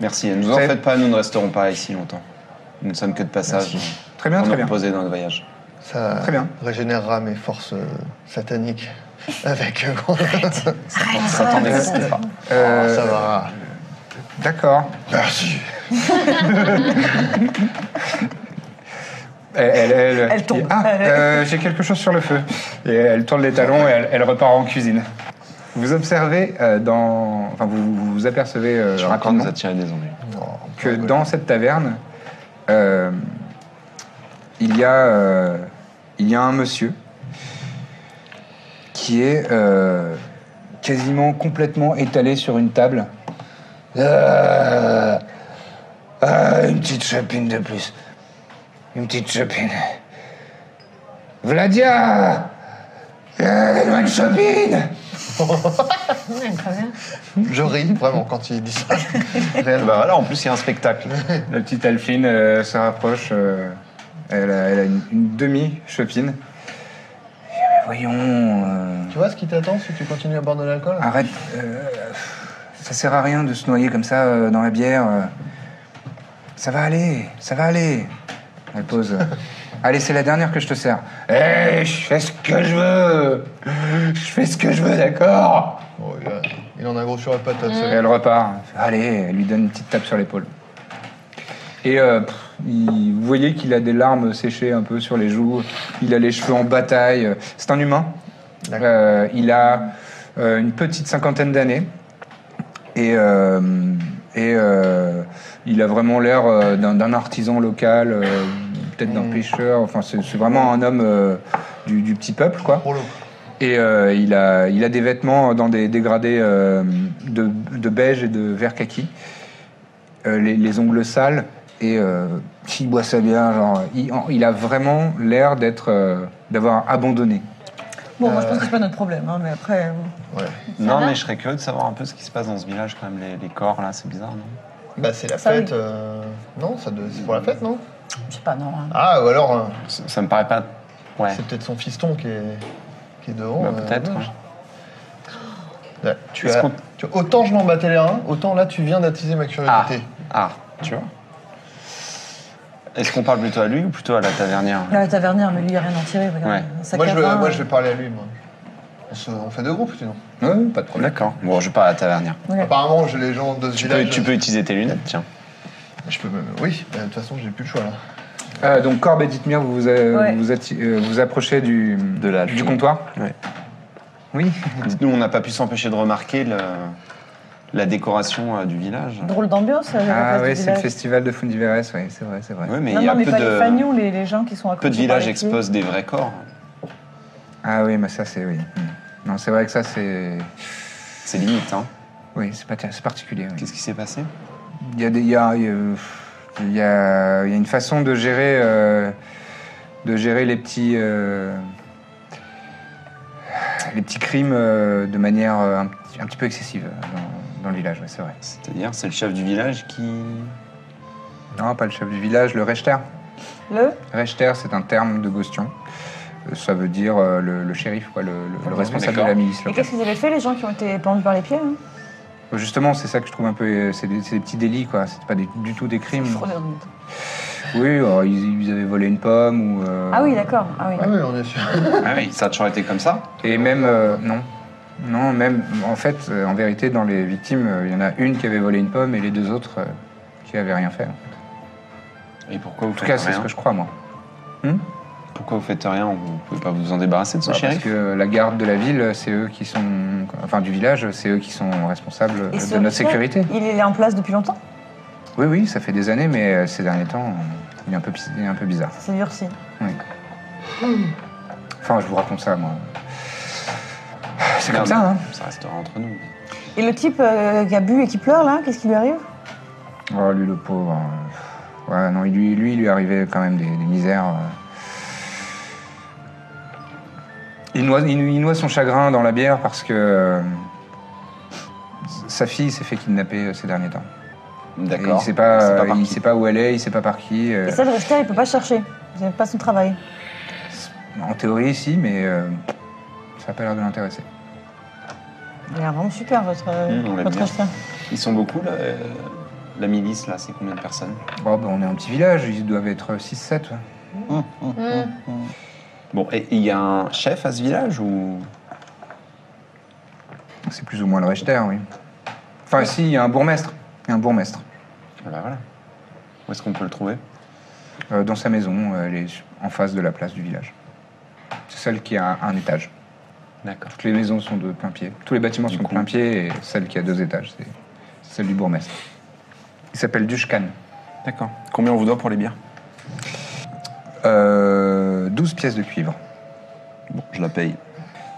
Merci. Ne nous
Vous
en
avez-
faites pas, nous ne resterons pas ici longtemps. Nous ne sommes que de passage.
Très bien,
pour
très
nous
bien.
reposer dans notre voyage.
ça
Très bien.
régénérera mes forces euh, sataniques avec. euh,
On s'attendait à ce que pas.
Euh,
ça va.
D'accord.
Merci.
Elle, elle- elle-
Elle tombe.
Ah, euh, j'ai quelque chose sur le feu. Et elle tourne les talons et elle, elle repart en cuisine. Vous observez euh, dans... Enfin, vous vous, vous apercevez euh,
Je vais encore
rapidement
nous attirer des ennuis.
que dans cette taverne, euh, il, y a, euh, il y a un monsieur qui est euh, quasiment complètement étalé sur une table. Euh,
Ah, ah, une petite chopine de plus. Une petite chopine. Vladia Ah,
euh,
Donne-moi une chopine
Je ris vraiment quand il dit ça. Réellement.
Bah là, en plus, il y a un spectacle.
La petite Alphine euh, se rapproche. euh, elle, a, elle a une, une demi-chopine. Eh ben, Voyons, euh,
Tu vois ce qui t'attend si tu continues à boire
Ah.
de l'alcool
arrête. euh, ça sert à rien de se noyer comme ça euh, dans la bière. euh. Ça va aller, ça va aller. Elle pose. euh, Allez, c'est la dernière que je te sers. Hé, je fais ce que je veux. Je fais ce que je veux, d'accord
Bon, Oh, il, a- il en a un gros sur la
Mm.
patate.
Et elle repart. hein. Allez, elle lui donne une petite tape sur l'épaule. Et euh, pff, il- vous voyez qu'il a des larmes séchées un peu sur les joues. Il a les cheveux en bataille. C'est un humain. Euh, il a euh, une petite cinquantaine d'années. Et, euh, et euh, il a vraiment l'air euh, d'un d'un artisan local, euh, peut-être d'un pêcheur. Enfin, c'est c'est vraiment un homme euh, du, du petit peuple, quoi.
Pour le
Et euh, il, a, il a des vêtements dans des dégradés euh, de, de beige et de vert kaki, Euh, les, les ongles sales, et euh, il boit ça bien. Genre, il, en- il a vraiment l'air d'être, euh, d'avoir abandonné.
Bon, moi, je pense que c'est pas notre problème, hein, mais après. euh,
Non, mais je serais curieux de savoir un peu ce qui se passe dans ce village, quand même, les, les corps là, c'est bizarre, non
Bah, c'est la
Ça,
fête.
oui.
euh, Non, ça de- c'est pour la fête, non
Je sais pas, non. hein.
Ah, ou alors, euh,
ça, ça me paraît pas. Ouais.
c'est peut-être son fiston qui est, qui est devant.
Bah,
euh,
peut-être.
ouais. Là, tu,
Est-ce
as,
qu'on-
tu- autant je m'en battais les reins, autant là tu viens d'attiser ma
Ah,
curiosité.
ah, tu vois. Est-ce qu'on parle plutôt à lui ou plutôt à la tavernière
Là, la tavernière, mais lui, il a rien à en tirer, regarde.
Ouais.
Un sac
moi, je
à
vais,
vin. euh,
moi, je vais parler à lui. Moi. On, se- on fait deux groupes, sinon.
Ouais, pas de problème.
D'accord. Bon, je parle à la tavernière.
Ouais.
Apparemment, j'ai les gens de ce
Tu peux,
village.
tu peux utiliser tes lunettes, tiens.
Je peux même- Oui, bah, de toute façon, j'ai plus le choix là.
Euh, donc Corbe et Dithmir, vous vous, euh,
Ouais.
vous, atti- euh, vous approchez du,
De la-
du comptoir
Ouais.
Oui.
Dites-nous, on n'a pas pu s'empêcher de remarquer le- la décoration euh, du village.
Drôle d'ambiance, euh, la
Ah
place
oui,
du
c'est le
village.
festival de Fundiveres, oui, c'est vrai, c'est vrai.
Oui, mais
Non,
il y a
non, mais
peu,
pas les
de,
fagnons, les, les gens qui sont à
peu de villages exposent des vrais corps.
Ah oui, mais ça c'est... Oui. Non, c'est vrai que ça c'est...
C'est limite, hein.
Oui, c'est pas- c'est particulier. oui.
Qu'est-ce qui s'est passé
Il y a des- il y a, il y a- il y a- il y a une façon de gérer, euh, de gérer les petits, euh, les petits crimes euh, de manière euh, un, petit- un petit peu excessive euh, dans, dans le village, ouais, c'est vrai.
C'est-à-dire, c'est le chef du village qui.
Non, pas le chef du village, le Rechter.
Le
Rechter, c'est un terme de Gostion. Euh, Ça veut dire euh, le, le shérif, quoi, le, le- le responsable de
d'accord.
la milice.
Et
locale.
qu'est-ce qu'ils avaient fait, les gens qui ont été pendus par les pieds hein
Justement, c'est ça que je trouve un peu. euh, C'est des, c'est des petits délits, quoi. C'est pas des- du tout des crimes.
Je crois que-
Oui, euh, ils, ils avaient volé une pomme ou. euh,
Ah oui, d'accord. Ah oui.
Ah oui, on est sûr.
Ah oui, ça a toujours été comme ça
Et même, euh, non. Non, même, en fait, euh, en vérité, dans les victimes, euh, il y en a une qui avait volé une pomme et les deux autres euh, qui avaient rien fait. En
Et pourquoi vous
tout
faites
cas, c'est
rien hein.
ce
Bah,
que je crois, moi.
Pourquoi vous faites rien Vous pouvez pas vous en débarrasser de ce
Bah, parce
shérif
que la garde de la ville, c'est eux qui sont. Enfin, du village, c'est eux qui sont responsables euh,
Et ce
de notre
officier,
sécurité.
Il est en place depuis longtemps
Oui, oui, ça fait des années, mais euh, ces derniers temps, euh, il est un peu, pis- il est un peu bizarre.
C'est durci.
Oui. Hmm. Enfin, je vous raconte ça, moi. C'est
Non,
comme ça, hein.
mais Ça restera entre nous.
Et le type euh, qui a bu et qui pleure, là, qu'est-ce qui lui arrive
Oh, lui, le pauvre. euh, Ouais, non, lui, lui, il lui arrivait quand même des, des misères. euh. Il noie, il- il noie son chagrin dans la bière parce que euh, sa fille s'est fait kidnapper euh, ces derniers temps. Et il
D'accord.
sait pas,
C'est
euh,
par
il
qui.
sait pas où elle est, il sait pas par qui. euh.
Et ça, le Richter, il peut pas chercher. C'est pas son travail.
en théorie, si, mais euh, ça a pas l'air de l'intéresser.
Il est vraiment super, votre,
Mmh, on l'aime
votre
bien.
Richter.
Ils sont beaucoup, là, euh, la milice, là, c'est combien de personnes
Bon, ben, on est un petit village, ils doivent être 6-7. ouais.
Bon, et il y a un chef à ce village ou
C'est plus ou moins le Rechter, oui. Enfin, si, il y a un bourgmestre. Il y a un bourgmestre.
Ah bah voilà. Où est-ce qu'on peut le trouver
Euh, dans sa maison, euh, elle est su- en face de la place du village. C'est celle qui a un étage.
D'accord.
Toutes les maisons sont de plein pied. Tous les bâtiments
Du
sont de
coup.
plein pied et celle qui a deux étages, c'est celle du bourgmestre. Il s'appelle Dushkan.
D'accord. Combien on vous doit pour les bières
Euh, 12 pièces de cuivre.
Bon, je la paye.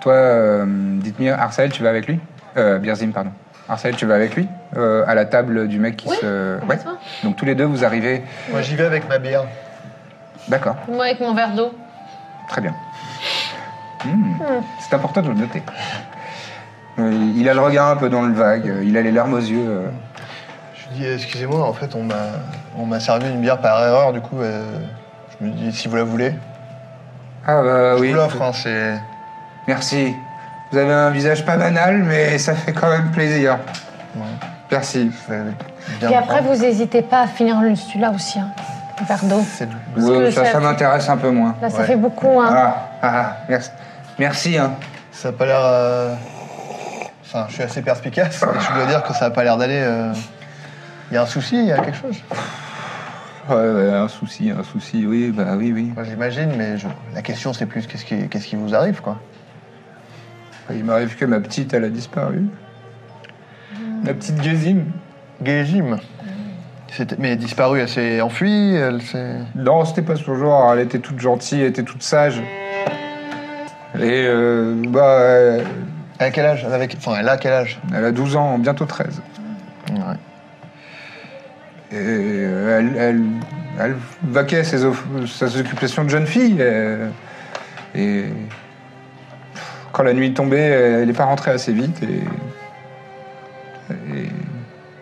Toi, euh, dites-moi, Arcel, tu vas avec lui euh, Birzim, pardon. Arcel, tu vas avec lui Euh, À la table du mec qui
Oui,
se.
on
Ouais.
s'assoit.
Donc tous les deux, vous arrivez.
Moi, j'y vais avec ma bière.
D'accord,
Moi avec mon verre d'eau.
très bien. Hmm, C'est important de le noter. Euh, Il a le regard un peu dans le vague, euh, il a les larmes aux yeux. euh.
Je lui dis, excusez-moi, en fait, on m'a, on m'a servi une bière par erreur, du coup, euh, je me dis, si vous la voulez,
Ah bah
je
oui.
vous l'offre, hein, c'est...
Merci. Vous avez un visage pas banal, mais ça fait quand même plaisir.
Ouais.
Peut-être
Merci.
euh, Bien.
Et après, vous hésitez pas à finir le- celui-là aussi. Hein. Un verre d'eau.
C'est-
Ouais,
que
ça,
ça-
ça m'intéresse un peu moins.
Là, ça
Ouais.
fait beaucoup. Hein.
Ah, ah, ah, merci. Merci, hein.
Ça a pas l'air. euh, Enfin, je suis assez perspicace, mais je dois dire que ça a pas l'air d'aller. euh, Il y a un souci, il y a quelque chose.
Ouais, ouais, un souci, un souci, oui, bah oui, oui.
Moi, J'imagine, mais je- la question c'est plus qu'est-ce qui, qu'est-ce qui vous arrive, quoi.
Il m'arrive que ma petite, elle a disparu.
Mmh.
La petite Guésime.
Gégime. C'était- Mais disparue, elle s'est enfuie, elle s'est.
Non, c'était pas son genre. Elle était toute gentille, elle était toute sage. Et euh, bah, euh,
À quel âge elle avait... Enfin, elle a quel âge
elle a 12 ans, bientôt 13.
Ouais.
Et euh, elle, elle, elle vaquait ses, off- ses occupations de jeune fille. euh, et quand la nuit tombait, elle n'est pas rentrée assez vite. Et, et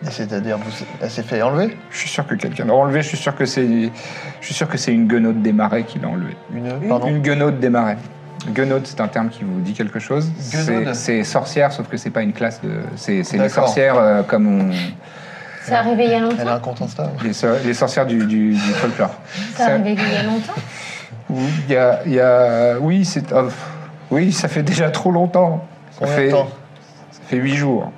Et C'est-à-dire, vous- elle s'est fait enlever
je suis sûr que quelqu'un l'a enlevée. Je suis sûr que c'est, je suis sûr que c'est une guenote des marais qui l'a enlevée.
Une. Pardon
Une guenaude des marais. Guenaude, c'est un terme qui vous dit quelque chose. C'est
Guenaude.
c'est sorcière, sauf que c'est pas une classe de. C'est c'est les
D'accord.
sorcières euh, comme on.
C'est arrivé il y a
Elle
longtemps.
a un compte Insta ouais.
Les, so- les sorcières du, du- du folklore.
C'est arrivé il y a longtemps.
Oui, il y a- il y a- oui, c'est. oh, oui, ça fait déjà trop longtemps. Ça
Combien de
fait,
temps
ça fait 8 jours.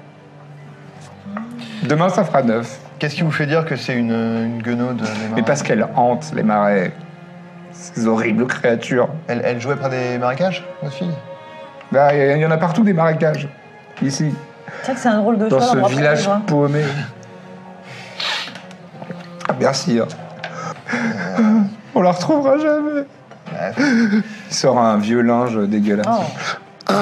Demain, ça fera 9.
Qu'est-ce qui vous fait dire que c'est une, une guenaude euh, des
Mais
marais
parce qu'elle hante les marais. Ces horribles créatures.
elle, elle jouait près des marécages, votre fille
Là, il y- il y en a partout des marécages. Ici,
C'est vrai que c'est un drôle de
dans
choix
ce
d'endroit pour
village
vivre, hein.
paumé. Merci. hein. On la retrouvera jamais. Il sort un vieux linge dégueulasse.
Oh.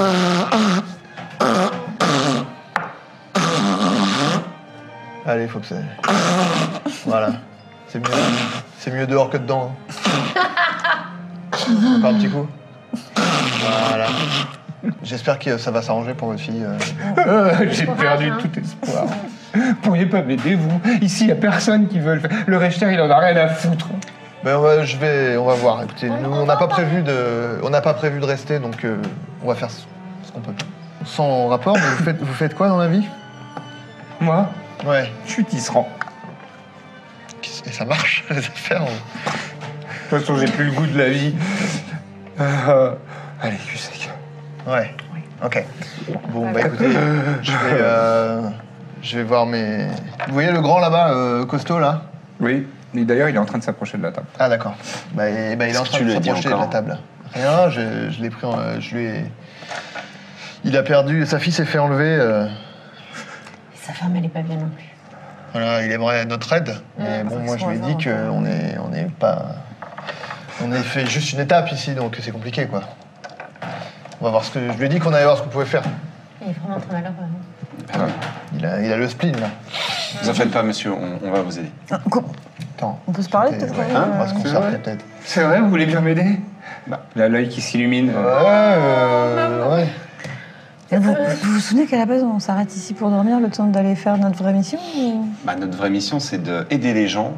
Allez, faut que ça. voilà. C'est mieux, c'est mieux dehors que dedans. hein. Encore un petit coup. Voilà. J'espère que ça va s'arranger pour votre fille. euh.
J'ai
Courage,
perdu
hein.
tout espoir. Vous pourriez pas m'aider, vous Ici, il a personne qui veut le faire. Le Rechter, il en a rien à foutre.
Ben ouais, je vais, on va voir. Écoutez,
On-
nous,
on
on n'a
va
pas
pas.
prévu de, on n'a pas prévu de rester, donc euh, on va faire ce, ce qu'on peut. Sans rapport, mais vous faites, vous faites quoi dans la vie
Moi,
Ouais.
je suis tisserand.
Et ça marche les affaires. on-
De toute façon, j'ai plus le goût de la vie. Euh, allez, cul sec.
Ouais. Ok. Bon, bah écoutez, je vais, euh, je vais voir mes. Vous voyez le grand là-bas, euh, costaud là
Oui, mais d'ailleurs, il est en train de s'approcher de la table.
Ah d'accord. Bah, et- bah, il est en
Qu'est-ce
train
que tu
de
lui as dit
s'approcher de la
encore
table. Rien, je, je l'ai pris, en- euh, je lui ai... Il a perdu, sa fille s'est fait enlever. euh,
Sa femme, elle est pas bien non plus.
voilà, il aimerait notre aide. Mais bon, moi je lui ai dit qu'on est, on est pas, on est fait juste une étape ici, donc c'est compliqué quoi. On va voir ce que, je lui ai dit qu'on allait voir ce qu'on pouvait faire.
Il est vraiment très malheureux. hein.
Il a, il a le spleen là.
Vous en faites pas, monsieur, on, on va vous aider.
Ah, co-
Attends.
On peut se
Hein,
parler
peut-être
peut-être
ouais, Hein,
euh,
On va se concerter peut-être.
Ah, C'est vrai, vous voulez bien m'aider Bah, Oh. Il a l'œil qui s'illumine.
Ouais, euh, ouais.
vous, vous vous souvenez qu'à la base on s'arrête ici pour dormir le temps d'aller faire notre vraie mission ou-
Bah, notre vraie mission, c'est d'aider les gens.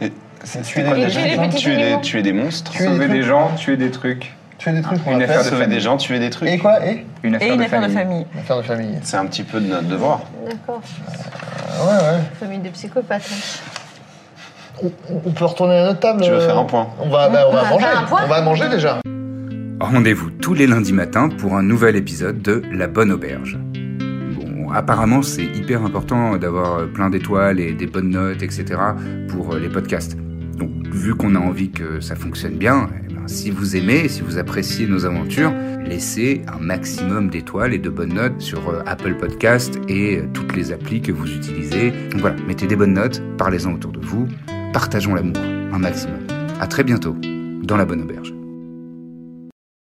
Et- C'est
Tuer
c'était quoi
des-
déjà
tuer
les petits
tuer, des,
animaux.
tuer des monstres,
Tuer-
Sauver des gens, tuer des trucs.
Tu fais des trucs. on
Une
l'a fait.
affaire de
sauver
famille.
des gens, tuer des trucs.
Et quoi Et
Une affaire,
Et une
de,
affaire
famille.
de famille.
Une affaire de famille.
C'est un petit peu de notre devoir.
D'accord.
Ouais, ouais.
Famille de psychopathes. hein.
On, on peut retourner à notre table
Tu veux
euh,
faire un point
On va, bah, on va
Ah,
manger.
faire un point
On va manger déjà.
Rendez-vous tous les lundis matins pour un nouvel épisode de La Bonne Auberge. Bon, apparemment, c'est hyper important d'avoir euh, plein d'étoiles et des bonnes notes, etc. pour euh, les podcasts. Donc, vu qu'on a envie que ça fonctionne bien, eh ben, si vous aimez, si vous appréciez nos aventures, laissez un maximum d'étoiles et de bonnes notes sur euh, Apple Podcast et euh, toutes les applis que vous utilisez. Donc voilà, mettez des bonnes notes, parlez-en autour de vous, partageons l'amour un maximum. À très bientôt dans La Bonne Auberge.